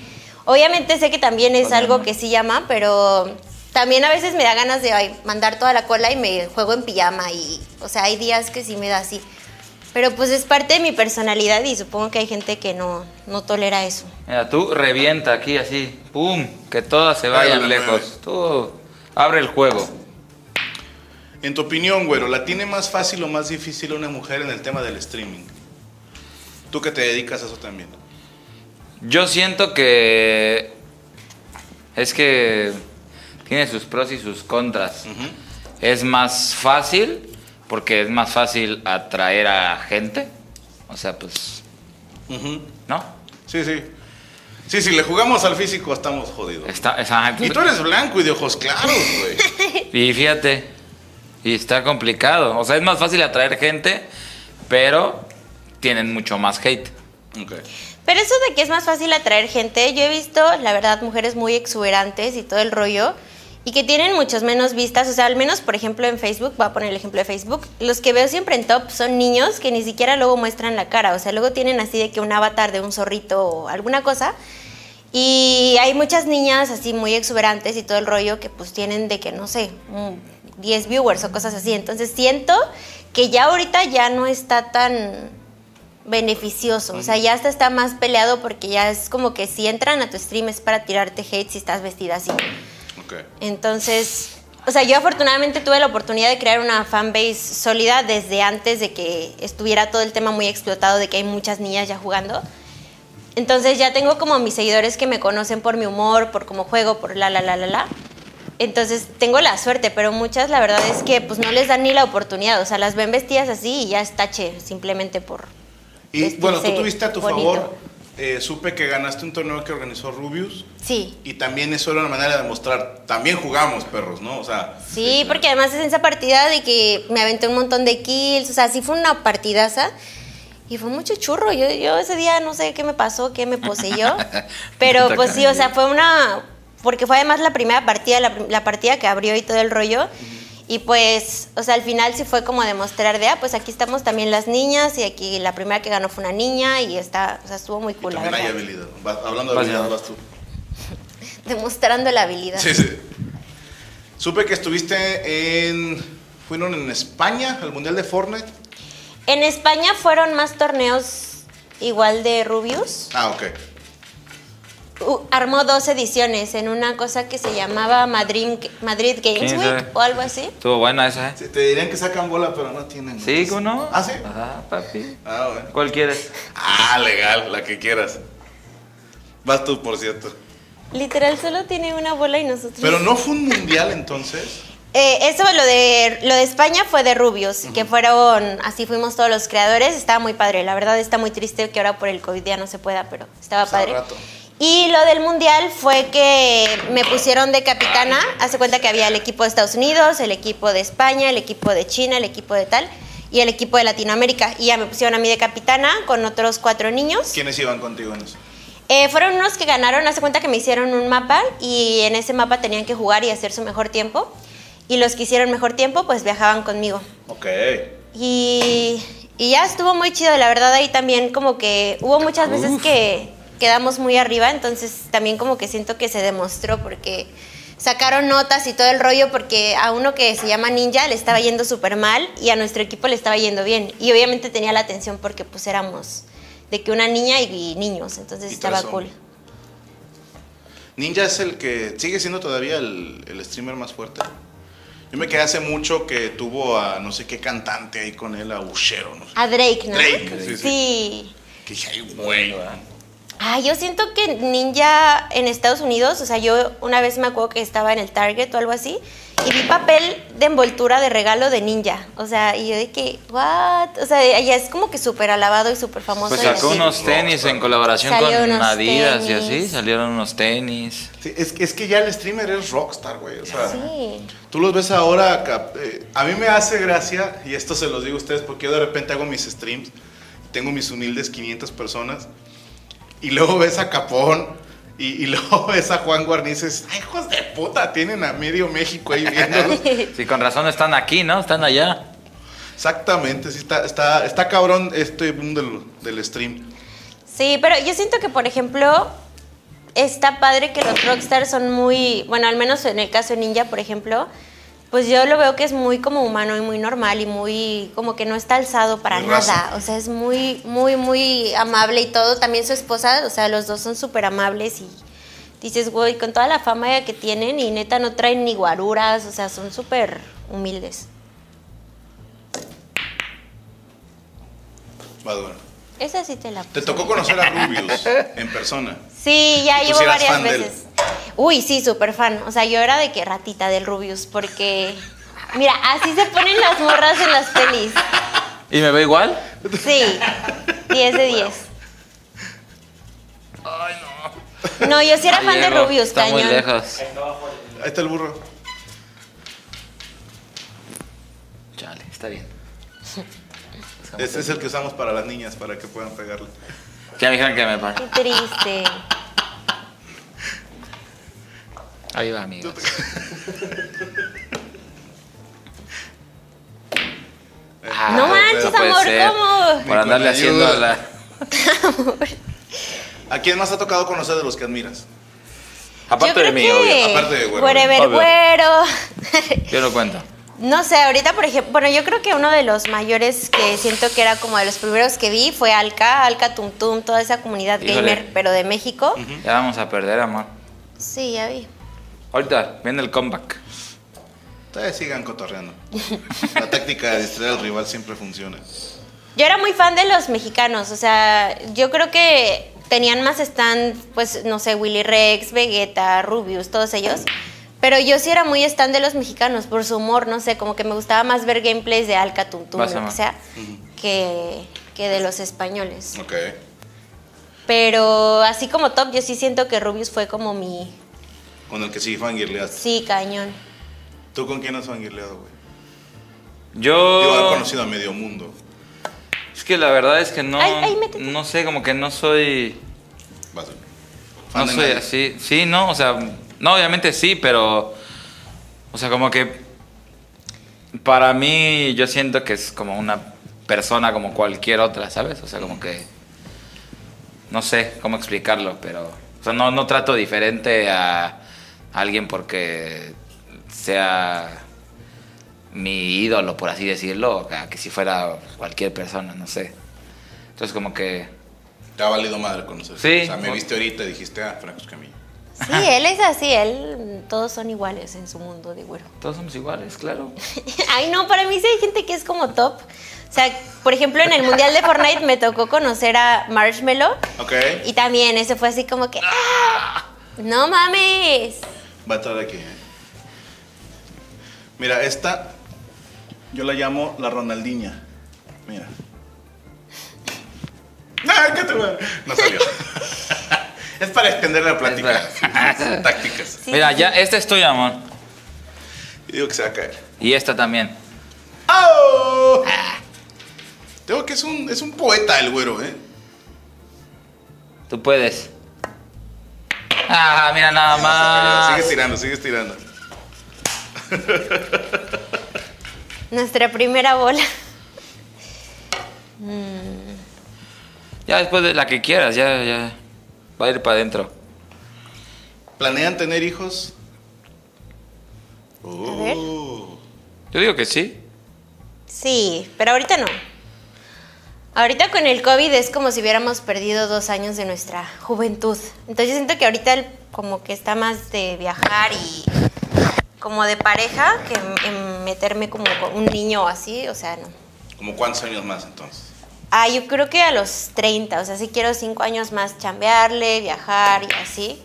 Obviamente sé que también es algo que sí llama, pero también a veces me da ganas de ay, mandar toda la cola y me juego en pijama. Y, o sea, hay días que sí me da así. Pero pues es parte de mi personalidad y supongo que hay gente que no, no tolera eso. Mira, tú revienta aquí así, pum, que todas se Ahí vayan la lejos. Tú abre el juego. En tu opinión, güero, ¿la tiene más fácil o más difícil una mujer en el tema del streaming? Tú que te dedicas a eso también. Yo siento que es que tiene sus pros y sus contras. Ujú. Es más fácil porque es más fácil atraer a gente. O sea, pues, Ujú. ¿no? Sí, sí. Sí, si le jugamos al físico estamos jodidos. Está, esa- Y tú eres blanco y de ojos claros, güey. Y fíjate, y está complicado. O sea, es más fácil atraer gente, pero tienen mucho más hate. Ok. Pero eso de que es más fácil atraer gente, yo he visto, la verdad, mujeres muy exuberantes y todo el rollo, y que tienen muchos menos vistas, o sea, al menos, por ejemplo, en Facebook, voy a poner el ejemplo de Facebook, los que veo siempre en top son niños que ni siquiera luego muestran la cara, o sea, luego tienen así de que un avatar de un zorrito o alguna cosa, y hay muchas niñas así muy exuberantes y todo el rollo que pues tienen de que, no sé, mm, 10 viewers o cosas así, entonces siento que ya ahorita ya no está tan beneficioso. O sea, ya hasta está más peleado porque ya es como que si entran a tu stream es para tirarte hate si estás vestida así. Ok. Entonces, o sea, yo afortunadamente tuve la oportunidad de crear una fanbase sólida desde antes de que estuviera todo el tema muy explotado de que hay muchas niñas ya jugando. Entonces ya tengo como mis seguidores que me conocen por mi humor, por cómo juego, por la la la la la. Entonces tengo la suerte, pero muchas la verdad es que pues no les dan ni la oportunidad, o sea, las ven vestidas así y ya es tache simplemente por Y Vestirse bueno, tú tuviste a tu bonito. favor, eh, supe que ganaste un torneo que organizó Rubius. sí. Y también eso era una manera de mostrar, también jugamos perros, ¿no? O sea, Sí, porque además es esa partida de que me aventé un montón de kills, o sea, sí fue una partidaza y fue mucho churro. Yo, yo ese día no sé qué me pasó, qué me poseyó, pero pues sí, o sea, fue una, porque fue además la primera partida, la, prim- la partida que abrió y todo el rollo. Y pues, o sea, al final sí fue como demostrar de, ah, pues aquí estamos también las niñas y aquí la primera que ganó fue una niña y está, o sea, estuvo muy cool, la también hay verdad. habilidad. Va- hablando de Vas, habilidad, Leonardo. vas tú. Demostrando la habilidad. Sí, sí. Supe que estuviste en. Fueron en España al Mundial de Fortnite. En España fueron más torneos igual de Rubius. Ah, ok. Uh, armó dos ediciones en una cosa que se llamaba Madrid, Madrid Games ¿Quién Week sabe? o algo así. Estuvo buena esa, ¿eh? Sí, te dirían que sacan bola, pero no tienen. Sí, ¿cómo no? Ah, sí. Ajá, papi. Ah, bueno. ¿Cuál quieres? Ah, legal, la que quieras. Vas tú, por cierto. Literal, solo tiene una bola y nosotros. Pero no fue un mundial entonces. Eh, eso, lo de, lo de España fue de Rubius, que fueron, así fuimos todos los creadores, estaba muy padre. La verdad está muy triste que ahora por el COVID ya no se pueda, pero estaba Pues, al padre. rato. Y lo del mundial fue que me pusieron de capitana. Hace cuenta que había el equipo de Estados Unidos, el equipo de España, el equipo de China, el equipo de tal y el equipo de Latinoamérica. Y ya me pusieron a mí de capitana con otros cuatro niños. ¿Quiénes iban contigo en eso? Eh, fueron unos que ganaron, hace cuenta que me hicieron un mapa y en ese mapa tenían que jugar y hacer su mejor tiempo. Y los que hicieron mejor tiempo, pues viajaban conmigo. Ok. Y, y ya estuvo muy chido, la verdad ahí también como que hubo muchas veces Uf. que quedamos muy arriba, entonces también como que siento que se demostró porque sacaron notas y todo el rollo porque a uno que se llama Ninja le estaba yendo súper mal y a nuestro equipo le estaba yendo bien. Y obviamente tenía la atención porque pues éramos de que una niña y, y niños, entonces Y estaba tres cool. hombres. Ninja es el que sigue siendo todavía el, el streamer más fuerte. Yo me quedé hace mucho que tuvo a no sé qué cantante ahí con él, a Ushero, no sé. A Drake, ¿no? Drake, sí, sí. sí. Que dije, ay, güey. Ay, Ay, yo siento que ninja en Estados Unidos, o sea, yo una vez me acuerdo que estaba en el Target o algo así y vi papel de envoltura de regalo de ninja. O sea, y yo de que, ¿what? O sea, allá es como que súper alabado y súper famoso. Pues y sacó así. unos tenis en colaboración Salió con unos Adidas y tenis. así, salieron unos tenis. Sí, es, que- es que ya el streamer es rockstar, güey. O sea, Sí. Tú los ves ahora, cap- eh, a mí me hace gracia, y esto se los digo a ustedes, porque yo de repente hago mis streams, tengo mis humildes 500 personas, y luego ves a Capón, y, y luego ves a Juan Guarnices, ¡ay, hijos de puta! Tienen a medio México ahí viéndolos. Sí, con razón están aquí, ¿no? Están allá. Exactamente, sí, está, está, está cabrón este boom del, del stream. Sí, pero yo siento que, por ejemplo, está padre que los rockstars son muy, bueno, al menos en el caso de Ninja, por ejemplo, pues yo lo veo que es muy como humano y muy normal y muy como que no está alzado para Muy nada. raza. O sea, es muy, muy, muy amable y todo. También su esposa, o sea, los dos son súper amables y dices, güey, con toda la fama que tienen y neta no traen ni guaruras, o sea, son súper humildes. Va, bueno. Esa sí te la Te tocó conocer a Rubius en persona. Sí, ya Y tú llevo sí eras varias fan de él. veces. Uy, sí, súper fan. O sea, yo era de que ratita del Rubius, porque. Mira, así se ponen las morras en las pelis. ¿Y me veo igual? Sí, 10 de 10. Ay, no. No, yo sí era fan de Diego, Rubius, Está cañón. muy lejos. Ahí está el burro. Chale, está bien. Este es el que usamos para las niñas, para que puedan pegarle. Eh, Ya me dijeron que me paro. Qué triste. Ahí va, amigos. Ah, No manches, puede amor, ser. ¿cómo? Ni Por con andarle haciendo ayuda. la... ¿A quién más ha tocado conocer de los que admiras? yo creo que. Aparte de Güero. Forever Obvio. Güero. Yo no cuento. No sé, ahorita, por ejemplo, bueno, yo creo que uno de los mayores que siento que era como de los primeros que vi fue Alca, Alca Tum Tum, toda esa comunidad Híjole. gamer, pero de México. Ya vamos a perder, amor. Sí, ya vi. Ahorita viene el comeback. Ustedes sigan cotorreando. La táctica de distraer al rival siempre funciona. Yo era muy fan de los mexicanos, o sea, yo creo que tenían más stand, pues, no sé, Willy Rex, Vegeta, Rubius, todos ellos. Pero yo sí era muy stand de los mexicanos, por su humor, no sé, como que me gustaba más ver gameplays de Alca Tum Tum, Vas, lo que Ama. sea, que, que de los españoles. Ok. Pero así como top, yo sí siento que Rubius fue como mi. Con el que sí fangirleaste. Sí, cañón. ¿Tú con quién has fangirleado, güey? Yo... Yo he conocido a medio mundo. Es que la verdad es que no... Ay, ay, métete. no sé, como que no soy... Vas, güey. No Fan de soy nadie. así. Sí, no, o sea... No, obviamente sí, pero... O sea, como que... Para mí, yo siento que es como una persona como cualquier otra, ¿sabes? O sea, como que... No sé cómo explicarlo, pero... O sea, no, no trato diferente a alguien porque sea mi ídolo, por así decirlo, o a que si fuera cualquier persona, no sé. Entonces, como que... Te ha valido madre conocer. Sí. O sea, me viste ahorita y dijiste, ah, Franco Escamilla. Sí, él es así, él. Todos son iguales en su mundo de güero. Todos somos iguales, claro. Ay, no, para mí sí hay gente que es como top. O sea, por ejemplo, en el mundial de Fortnite me tocó conocer a Marshmello. Ok. Y también ese fue así como que. ¡ah! ¡No mames! Va a estar aquí. ¿eh? Mira, esta yo la llamo la Ronaldinha. Mira. ¡Ah, qué te va! No salió. es para extender la plática. Es Tácticas. Sí, Mira, sí, ya, sí. esta es tuya, amor. Yo digo que se va a caer. Y esta también. ¡Au! Tengo que es un, es un poeta el güero, ¿eh? Tú puedes. Ah, mira nada Sigue más. tirando, sigue tirando. Nuestra primera bola. Ya después de la que quieras, ya, ya. Va a ir para adentro. ¿Planean tener hijos? ver. Oh. Yo digo que sí. Sí, pero ahorita no. Ahorita con el COVID es como si hubiéramos perdido dos años de nuestra juventud. Entonces yo siento que ahorita el- como que está más de viajar y como de pareja que en- en meterme como con un niño o así, o sea, no. ¿Como cuántos años más entonces? Ah, yo creo que a los 30, o sea, sí quiero cinco años más chambearle, viajar y así.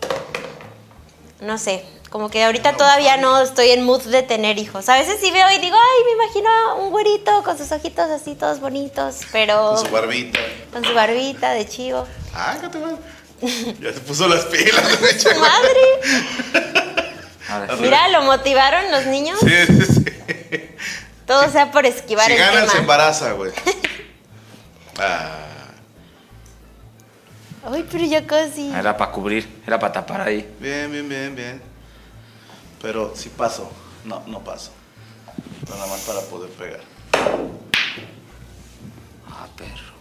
No sé, como que ahorita todavía no estoy en mood de tener hijos. A veces sí veo y digo, ay, me imagino a un güerito con sus ojitos así todos bonitos, pero Con su barbita. con su barbita de chivo. Ah, ¿qué te va? Ya se puso las pilas. güey. ¡Su madre! Ahora sí. Mira, lo motivaron los niños. Sí, sí, sí. Todo sea por esquivar Si el ganan, se tema. embaraza, güey. Ah, Ay, pero yo casi. Era para cubrir, era para tapar ahí. bien, bien, bien, bien. Pero si paso. No, no paso. Pero nada más para poder pegar. Ah, perro.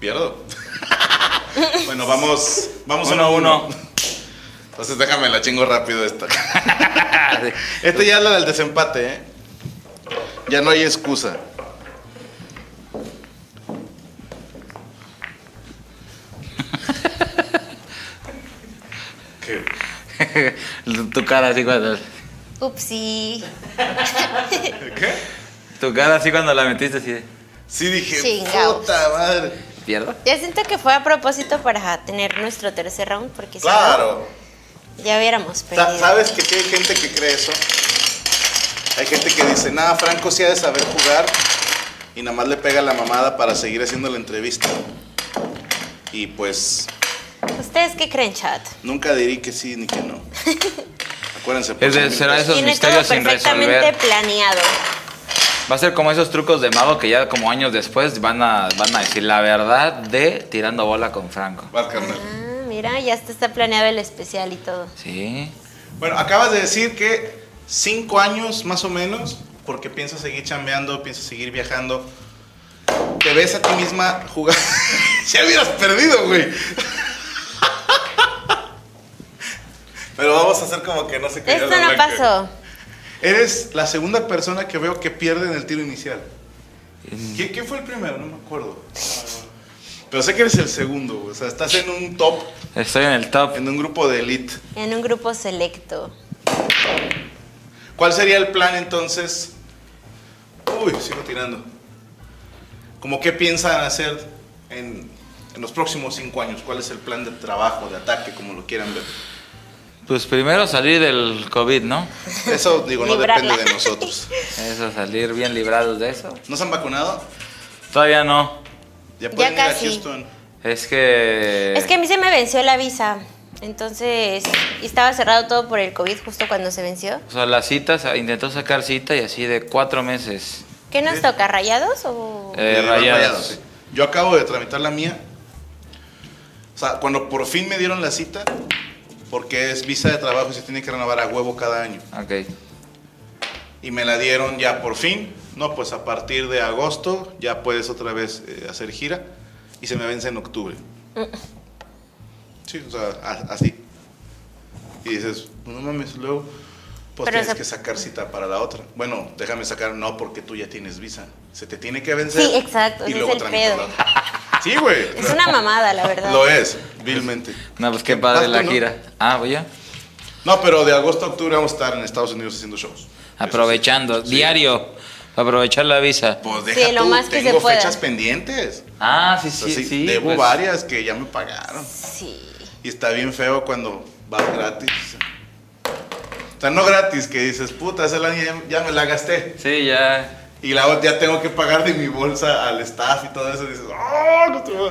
Pierdo. bueno, vamos. Vamos Uno, uno. Entonces déjame la chingo rápido esta. Ah, Esta ya es la del desempate, ¿eh? Ya no hay excusa. ¿Qué? tu cara así cuando. Upsi. ¿Qué? Tu cara así cuando la metiste así de. Sí dije, Chingados. puta madre. ¿Pierdo? Ya siento que fue a propósito para tener nuestro tercer round, porque si no, Claro. ya hubiéramos Sa- perdido. ¿Sabes que sí hay gente que cree eso? Hay gente que dice, nada, Franco sí ha de saber jugar y nada más le pega la mamada para seguir haciendo la entrevista. Y pues ¿Ustedes qué creen, chat? nunca diré que sí ni que no. Acuérdense. por Es de- favor. será esos Tiene todo misterios sin perfectamente resolver. planeado. Va a ser como esos trucos de mago que ya como años después van a, van a decir la verdad de tirando bola con Franco. Vas, carnal. Ah, mira, ya hasta está planeado el especial y todo. Sí. Bueno, acabas de decir que cinco años más o menos, porque piensas seguir chambeando, piensas seguir viajando. Te ves a ti misma jugar. ya hubieras perdido, güey. Pero vamos a hacer como que no se cayó Esto la no blanca. pasó. Eres la segunda persona que veo que pierde en el tiro inicial. ¿Qui- ¿Quién fue el primero? No me acuerdo. Pero sé que eres el segundo, güey. o sea, estás en un top, Estoy en el top. en un grupo de elite. En un grupo selecto. ¿Cuál sería el plan entonces? Uy, sigo tirando. ¿Cómo qué piensan hacer en, en los próximos cinco años? ¿Cuál es el plan de trabajo, de ataque, como lo quieran ver? Pues primero salir del COVID, ¿no? Eso, digo, no Librarla. depende de nosotros. Eso, salir bien librados de eso. ¿No se han vacunado? Todavía no. Ya Ya pueden ir casi. a Houston. Es que... Es que a mí se me venció la visa. Entonces, y estaba cerrado todo por el COVID justo cuando se venció. O sea, las citas, intentó sacar cita y así de cuatro meses. ¿Qué nos Sí. toca? ¿Rayados o...? Eh, Me dieron rayados. sí. Yo acabo de tramitar la mía. O sea, cuando por fin me dieron la cita, porque es visa de trabajo y se tiene que renovar a huevo cada año. Ok. y me la dieron ya por fin. No, pues a partir de agosto ya puedes otra vez eh, hacer gira y se me vence en octubre. Sí, o sea, a- así. Y dices, no mames, luego pues Pero tienes se- que sacar cita para la otra. Bueno, déjame sacar, no, porque tú ya tienes visa. Se te tiene que vencer. Sí, exacto, Y ese luego es el tramitas pedo. la otra. Sí, güey. o Es sea, una mamada, la verdad. Lo es, vilmente. No, pues qué Vas padre tú, la ¿no? gira. Ah, voy yo. No, pero de agosto a octubre vamos a estar en Estados Unidos haciendo shows. Aprovechando, Sí. diario. Aprovechar la visa. Pues Sí, deja lo tú, más que se tengo pueda. fechas pendientes. Ah, sí, O sea, sí, sí, sí. debo pues, varias que ya me pagaron. Sí. Y está bien feo cuando vas gratis. O sea, no gratis, que dices, puta, esa lana ya, ya me la gasté. Sí, ya. Y la otra ya tengo que pagar de mi bolsa al staff y todo eso. Dices, "Ah, no te va".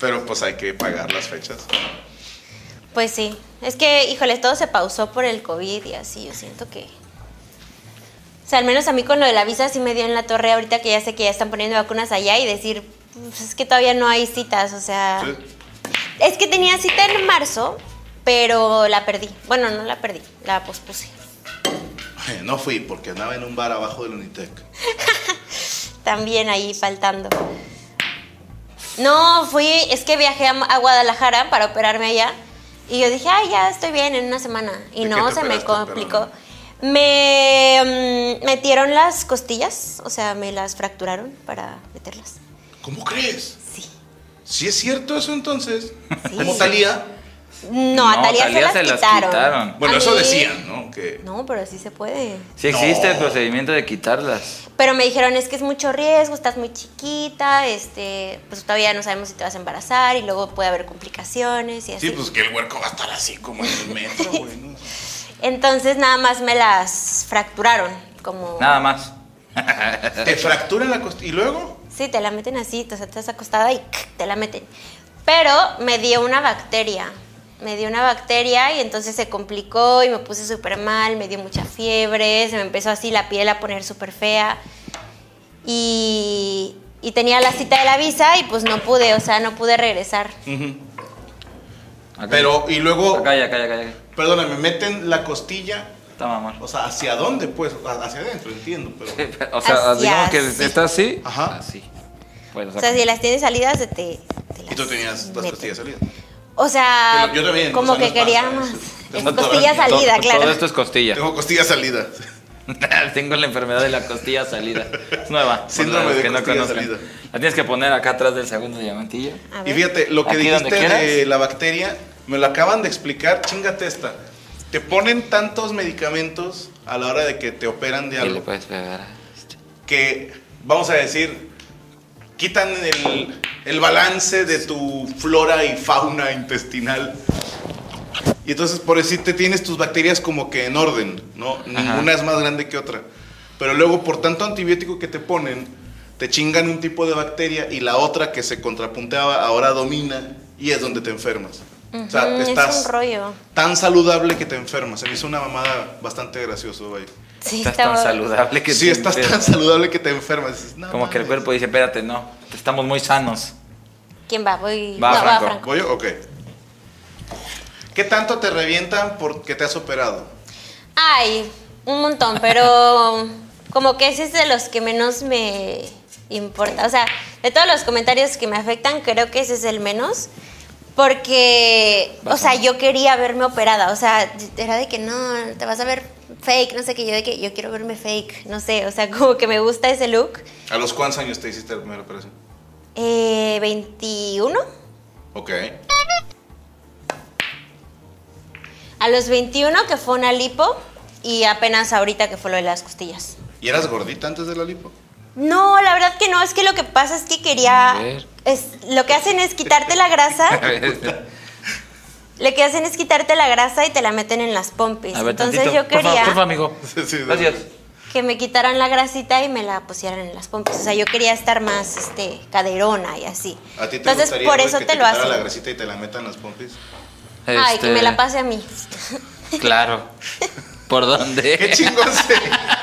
Pero pues hay que pagar las fechas. Pues sí. Es que, híjoles, todo se pausó por el COVID y así. Yo siento que... O sea, al menos a mí con lo de la visa sí me dio en la torre ahorita que ya sé que ya están poniendo vacunas allá y decir, pues es que todavía no hay citas, o sea... Sí. Es que tenía cita en marzo, pero la perdí. Bueno, no la perdí, la pospuse. Ay, No fui porque andaba en un bar abajo del Unitec. También ahí faltando. No, fui, es que viajé a, a Guadalajara para operarme allá y yo dije, ay, ya estoy bien en una semana. Y ¿De no, qué te se me operaste, complicó. perdón? Me mm, metieron las costillas, o sea, me las fracturaron para meterlas. ¿Cómo crees? Sí. Si es cierto eso entonces. Sí. ¿Cómo salía? No, a Talía, Thalía se las las quitaron. quitaron. Bueno, A eso mí- decían, ¿no? Que No, pero sí se puede. Sí existe el No. procedimiento de quitarlas. Pero me dijeron, es que es mucho riesgo, estás muy chiquita, este, pues todavía no sabemos si te vas a embarazar y luego puede haber complicaciones y así. Sí, pues que el huerco va a estar así como en el metro, güey. ¿no? Entonces nada más me las fracturaron, como... Nada más. Te fractura la costilla. ¿Y luego? Sí, te la meten así, o sea, estás acostada y te la meten. Pero me dio una bacteria, me dio una bacteria y entonces se complicó y me puse súper mal, me dio mucha fiebre, se me empezó así la piel a poner súper fea y, y tenía la cita de la visa y pues no pude, o sea, no pude regresar. Acá. Pero, y luego, Acá, ya, acá, ya, acá, ya. perdona, me meten la costilla, Toma, amor. o sea, ¿hacia dónde? Pues, A- hacia adentro, entiendo, pero... O sea, Así, digamos que así. está así. Ajá. Así. Pues, o sea, O sea, si las tienes salidas, se te, te Y tú las tenías las meten. costillas salidas. O sea, Yo también, como o sea, no que es panza, quería es- más. es Es un costilla torrente. to- salida, claro. Todo esto es costilla. Tengo costillas salidas. Tengo la enfermedad de la costilla salida. Es nueva. Síndrome para los de que no costilla conozcan. salida. La tienes que poner acá atrás del segundo diamantillo. A Y ver. fíjate, lo que Aquí donde dijiste de quieras. la bacteria, me lo acaban de explicar, chingate esta. Te ponen tantos medicamentos a la hora de que te operan de Y le algo puedes pegar. a- que, vamos a decir, quitan el, el balance de tu flora y fauna intestinal. Y entonces, por decirte, tienes tus bacterias como que en orden, ¿no? Ninguna es más grande que otra. Pero luego, por tanto antibiótico que te ponen, te chingan un tipo de bacteria y la otra que se contrapunteaba ahora domina y es donde te enfermas. O sea, Ujú, estás Es un rollo. tan saludable que te enfermas. Se me hizo una mamada bastante gracioso, vaya. Sí, Estás estaba- tan saludable que Sí, te estás tan enfermas. saludable que te enfermas. Dices, "No Como que el mames". cuerpo dice, espérate, no, estamos muy sanos. ¿Quién va? Voy. Va, no, Franco. ¿Voy yo? Ok. ¿Qué tanto te revientan porque te has operado? Ay, un montón, pero como que ese es de los que menos me importa. O sea, de todos los comentarios que me afectan, creo que ese es el menos. Porque, o sea, yo quería verme operada. O sea, era de que no, te vas a ver fake, no sé qué. Yo de que yo quiero verme fake, no sé. O sea, como que me gusta ese look. ¿A los cuántos años te hiciste la primera operación? Eh, 21. Ok. A los 21 que fue una lipo y apenas ahorita que fue lo de las costillas. ¿Y eras gordita antes de la lipo? No, la verdad que no, es que lo que pasa es que A quería... ver. Es, lo que hacen es quitarte la grasa, A ver, lo que hacen es quitarte la grasa y te la meten en las pompis. Entonces tantito. yo Por favor, quería Por favor, amigo. Sí, sí, Gracias. que me quitaran la grasita y me la pusieran en las pompis. O sea, yo quería estar más este, caderona y así. ¿A ti te Entonces gustaría por güey, eso que te, lo quitara la hacen. grasita y te la metan las pompis? Ay, que Este, me la pase a mí. Claro. ¿Por ¡Qué dónde? chingón sería!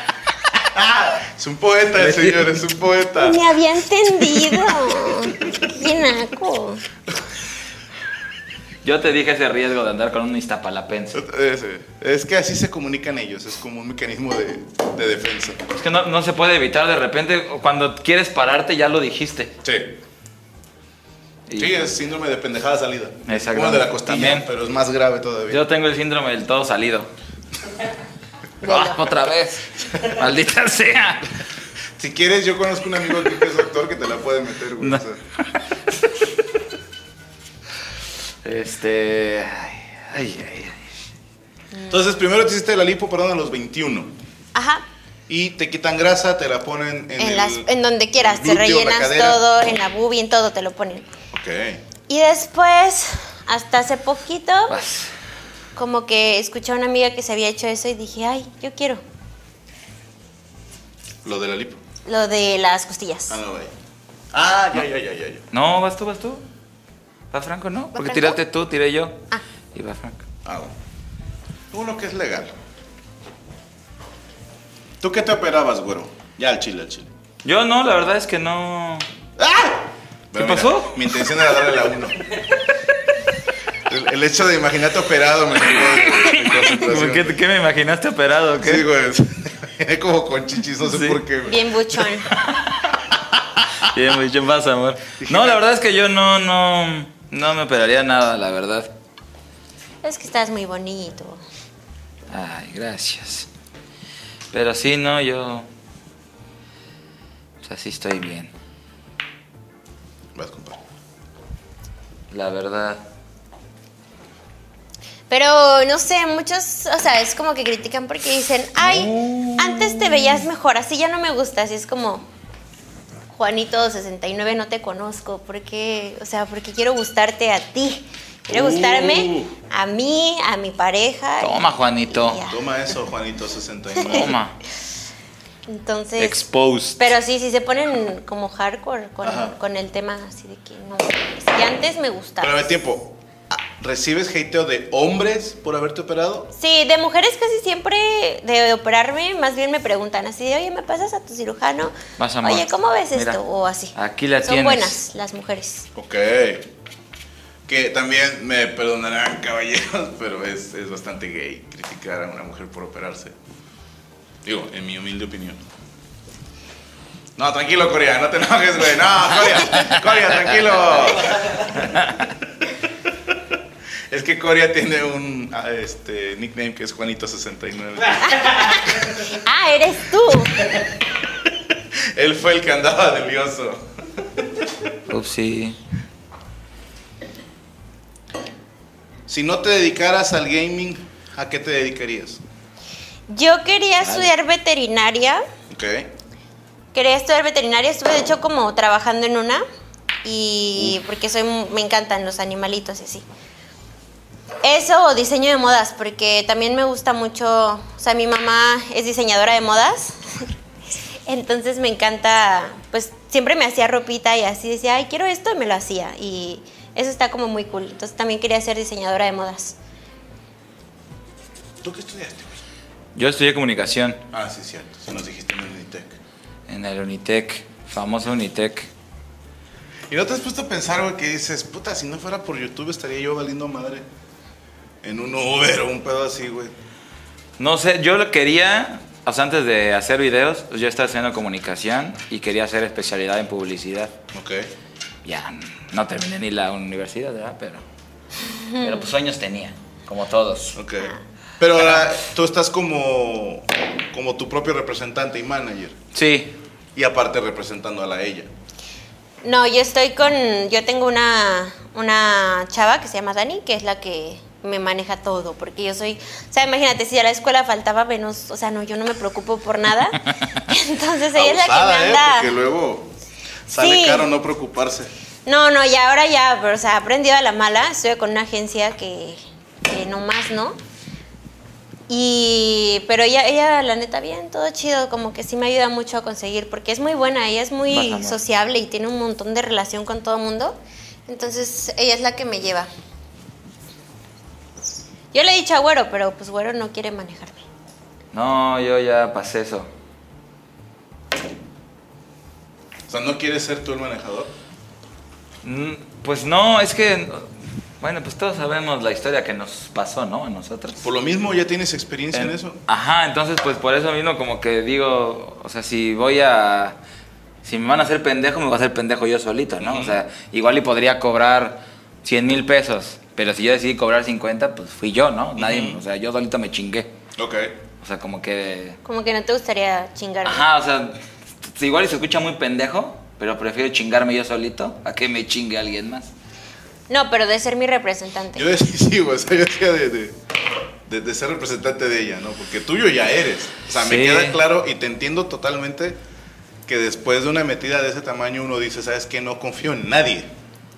Ah, es un poeta el señor, es un poeta. Me había entendido. Qué naco. Yo te dije ese riesgo de andar con un Iztapalapense. Ese. Es que así se comunican ellos, es como un mecanismo de, de defensa. Es que no, no se puede evitar de repente. Cuando quieres pararte, ya lo dijiste. Sí. Y Sí, es síndrome de pendejada salida. Exacto. Como el de la costilla, También. pero es más grave todavía. Yo tengo el síndrome del todo salido. Ah, otra vez. Maldita sea. Si quieres, yo conozco un amigo aquí que es actor que te la puede meter, güey. No. o sea. Este. Ay, ay, ay. Entonces, primero te hiciste la lipo, perdón, a los 21. Ajá. Y te quitan grasa, te la ponen en, En, el- las, en donde quieras, el te glúteo, la rellenas cadera. todo, en la boobie, en todo te lo ponen. Ok. Y después, hasta hace poquito, Vas. como que escuché a una amiga que se había hecho eso y dije, ay, yo quiero Lo de la lipo. lo de las costillas. Ah, no, güey. Ah, ya, ya, ya, ya. ya. No, vas tú, vas tú. Va Franco, ¿no? Porque Franco? tiraste tú, tiré yo. Ah. Y va Franco. Ah, bueno. Uno que es legal. ¿Tú qué te operabas, güero? Ya, al chile, al chile. Yo no, la verdad es que no. ¡Ah! Pero mira, pasó? mi intención era darle la uno. El, el hecho de imaginarte operado me sacó de- de concentración. ¿Qué, qué me imaginaste operado? o ¿Qué? Sí, güey. Es como con chichis, no sé Sí. por qué. güey. Bien buchón. Bien, güey, ¿qué pasa, amor? No, la verdad es que yo no, no, no me operaría nada, la verdad. es que estás muy bonito. Ay, gracias. Pero sí, no, yo. Pues así estoy bien. Vas, compadre. La verdad. Pero no sé, muchos, o sea, es como que critican porque dicen, ay, antes te veías mejor, así ya no me gusta, así es como, Juanito 69, no te conozco, porque, o sea, porque quiero gustarte a ti, quiero Uh. gustarme a mí, a mi pareja. Toma, Juanito. Y ya. Toma eso, Juanito 69. Toma. Entonces... Exposed. Pero sí, sí se ponen como hardcore con, Ajá. con el tema así de que no. Es que antes me gustaba. Pero a ver, tiempo. Ah, ¿Recibes hateo de hombres por haberte operado? Sí, de mujeres casi siempre de operarme, más bien me preguntan así de, oye, ¿me pasas a tu cirujano? Vas, amor. Oye, ¿cómo ves Mira, esto? O así. aquí la Son tienes. buenas las mujeres. Ok. Que también me perdonarán caballeros, pero es, es bastante gay criticar a una mujer por operarse. Digo, en mi humilde opinión. No, tranquilo, Corea, no te enojes, güey. No, Corea, Corea, tranquilo. Es que Corea tiene un ah, este, nickname que es Juanito69. Ah, eres tú. Él fue el que andaba nervioso. Upsi. Si no te dedicaras al gaming, ¿a qué te dedicarías? Yo quería estudiar veterinaria. Ok. Quería estudiar veterinaria, estuve de hecho como trabajando en una y porque soy me encantan los animalitos y así. Eso o diseño de modas, porque también me gusta mucho, o sea, mi mamá es diseñadora de modas. Entonces me encanta, pues siempre me hacía ropita y así decía, "Ay, quiero esto" y me lo hacía y eso está como muy cool. Entonces también quería ser diseñadora de modas. ¿Tú qué estudiaste, güey? Yo estudié comunicación Ah, sí, cierto. Si nos dijiste en el Unitec. en el Unitec, famoso Unitec. ¿Y no te has puesto a pensar, güey, que dices, puta, si no fuera por YouTube estaría yo valiendo madre en un Uber o un pedo así, güey? No sé, yo lo quería, o sea, antes de hacer videos, pues, yo estaba haciendo comunicación y quería hacer especialidad en publicidad. Ok. Ya no terminé ni la universidad, ¿verdad? Pero, pero pues sueños tenía, como todos. Ok. Ah. Pero ahora tú estás como, como tu propio representante y manager. Sí, Y aparte representando a la ella. No, yo estoy con. Yo tengo una, una chava que se llama Dani, que es la que me maneja todo, porque yo soy. O sea, imagínate, si a la escuela faltaba menos. O sea, no, yo no me preocupo por nada. Entonces ella es la que Abusada, me ¿eh? anda. Porque luego sale Sí. caro no preocuparse. No, no, ya ahora ya, pero, o sea, aprendí a la mala. Estuve con una agencia que, que no más, ¿no? Y, pero ella, ella, la neta, bien, todo chido, como que sí me ayuda mucho a conseguir, porque es muy buena, ella es muy Vas, amor. sociable y tiene un montón de relación con todo el mundo. Entonces, ella es la que me lleva. Yo le he dicho a Güero, pero pues Güero no quiere manejarme. no, yo ya pasé eso. O sea, ¿no quieres ser tú el manejador? Mm, Pues no, es que, bueno, pues todos sabemos la historia que nos pasó, ¿no? A nosotros. Por lo mismo ya tienes experiencia en En- eso. Ajá, entonces pues por eso mismo como que digo, o sea, si voy a... Si me van a hacer pendejo, me voy a hacer pendejo yo solito, ¿no? O sea, igual y podría cobrar 100 mil pesos, pero si yo decidí cobrar 50, pues fui yo, ¿no? Nadie, Ujú. o sea, yo solito me chingué. Ok. O sea, como que... Como que no te gustaría chingarme. Ajá, o sea, si igual y se escucha muy pendejo, pero prefiero chingarme yo solito a que me chingue alguien más. No, pero de ser mi representante. Yo decía, sí, güey, o sea, yo decía de, de- de- de ser representante de ella, ¿no? Porque tuyo ya eres. O sea, me Sí. queda claro y te entiendo totalmente que después de una metida de ese tamaño uno dice, ¿sabes qué? No confío en nadie.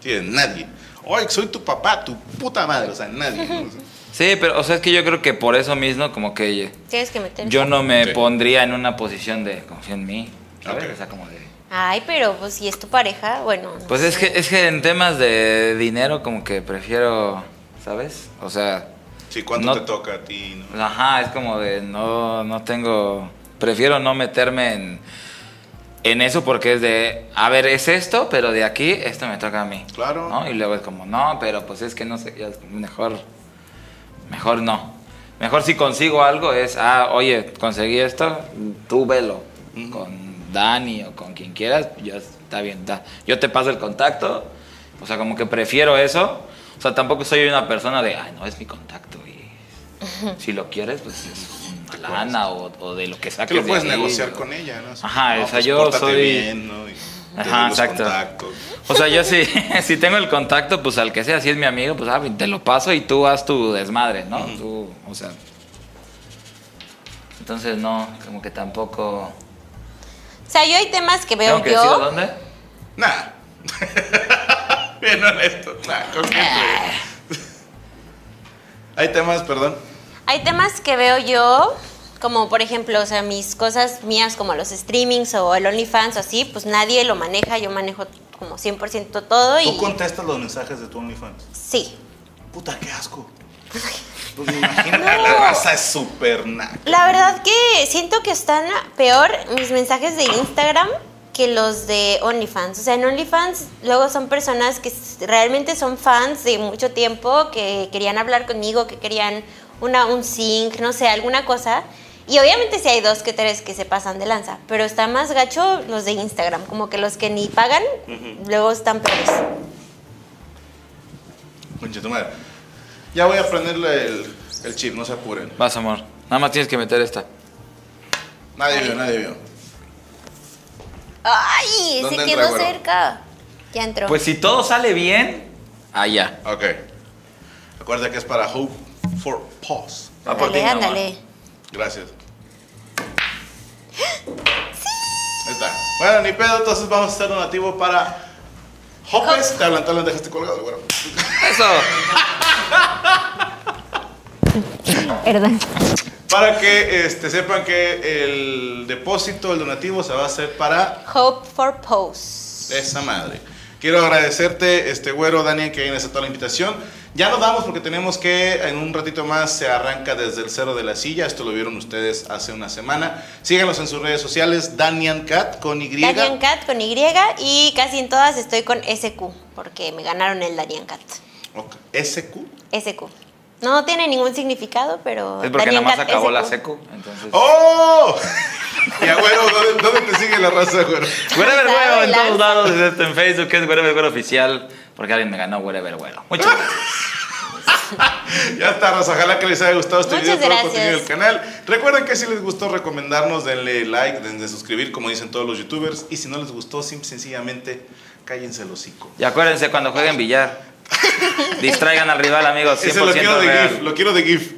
Sí, en nadie. Oye, soy tu papá, tu puta madre. O sea, nadie. ¿no? O sea, Sí, pero o sea, es que yo creo que por eso mismo como que Tienes que meter. yo no me Sí. pondría en una posición de confía en mí. ¿sabes? Ok. O sea, como de... Ay, pero pues si es tu pareja, bueno. no Pues sé. es que, es que en temas de dinero como que prefiero, ¿sabes? O sea, sí, ¿cuánto No. te toca a ti? no? ajá, es como de no, no tengo, prefiero no meterme en, en eso porque es de, a ver, es esto, pero de aquí esto me toca a mí. Claro. ¿no? Y luego es como, no, pero pues es que no sé, ya es como mejor, mejor no. Mejor si consigo algo es, ah, oye, conseguí esto, tú velo con Dani o con quien quieras, ya está bien, da. yo te paso el contacto, o sea, como que prefiero eso, o sea, tampoco soy una persona de, ay, no, es mi contacto y si lo quieres, pues es una lana o, o de lo que Que saques lo de puedes ahí, negociar o- con ella, ¿no? O sea, Ah, Ajá, no, o sea, pues, yo pórtate soy- bien, ¿no? Y- Ajá, los exacto. contactos. O sea, yo sí, si tengo el contacto, pues al que sea, si es mi amigo, pues ah, te lo paso y tú haz tu desmadre, ¿no? Tú, o sea. Entonces no, como que tampoco. O sea, yo hay temas que veo ¿Tengo que yo. decirlo dónde? Nah. Bien honesto. Nah, con gente. Hay temas, perdón. Hay temas que veo yo, como por ejemplo, o sea, mis cosas mías como los streamings o el OnlyFans o así, pues nadie lo maneja, yo manejo como 100% todo y Tú contestas los mensajes de tu OnlyFans. sí. Puta, qué asco. Pues me imagino que la raza es súper naca. La verdad que siento que están peor mis mensajes de Instagram que los de OnlyFans. O sea, en OnlyFans luego son personas que s- realmente son fans de mucho tiempo, que querían hablar conmigo, que querían una, un sync, no sé, alguna cosa. Y obviamente sí hay dos que tres que se pasan de lanza, pero está más gacho los de Instagram, como que los que ni pagan, luego están peores. Conche tu madre. Ya voy a prenderle el, el chip, no se apuren. Vas, amor. Nada más tienes que meter esta. Nadie vio, nadie vio. ¡Ay! Se ¿Dónde entra, quedó güero? cerca. Ya entró. Pues si todo sale bien, allá. Ok. Recuerda que es para Hope for Pause. Va por ti, ándale, mi amor. ándale. Gracias. Ahí está. Bueno, ni pedo, entonces vamos a hacer donativo para Hopes. Te hablan, te hablan, dejaste colgado, güero. Eso. Perdón. Para que este, sepan que el depósito, el donativo, se va a hacer para Hope for Pose. Esa madre. Quiero agradecerte, este güero, Dani, que hayan aceptado la invitación. Ya nos vamos porque tenemos que, en un ratito más, se arranca desde el cero de la silla. Esto lo vieron ustedes hace una semana. Síganos en sus redes sociales, Danian Cat con Y. Darian Cat con Y y casi en todas estoy con SQ, porque me ganaron el Darian Cat. Ok. SQ. SQ. No tiene ningún significado, pero. Es porque Darian nada más Cat acabó la SQ. secu. Entonces. ¡Oh! Ya, güero, ¿dónde, dónde te sigue la raza, güero? Wherever Sabe Güero en lanza. todos lados, excepto en Facebook, que es Wherever Güero oficial, porque alguien me ganó Wherever Güero. Muchas gracias. Ya está, Rosa. Ojalá que les haya gustado este Muchas video todo el gracias. contenido del canal. Recuerden que si les gustó recomendarnos, denle like, denle suscribir, como dicen todos los youtubers. Y si no les gustó, sim- sencillamente cállense el hocico. Y acuérdense cuando jueguen billar. Distraigan al rival, amigos. 100% Ese lo quiero de real. GIF, lo quiero de GIF.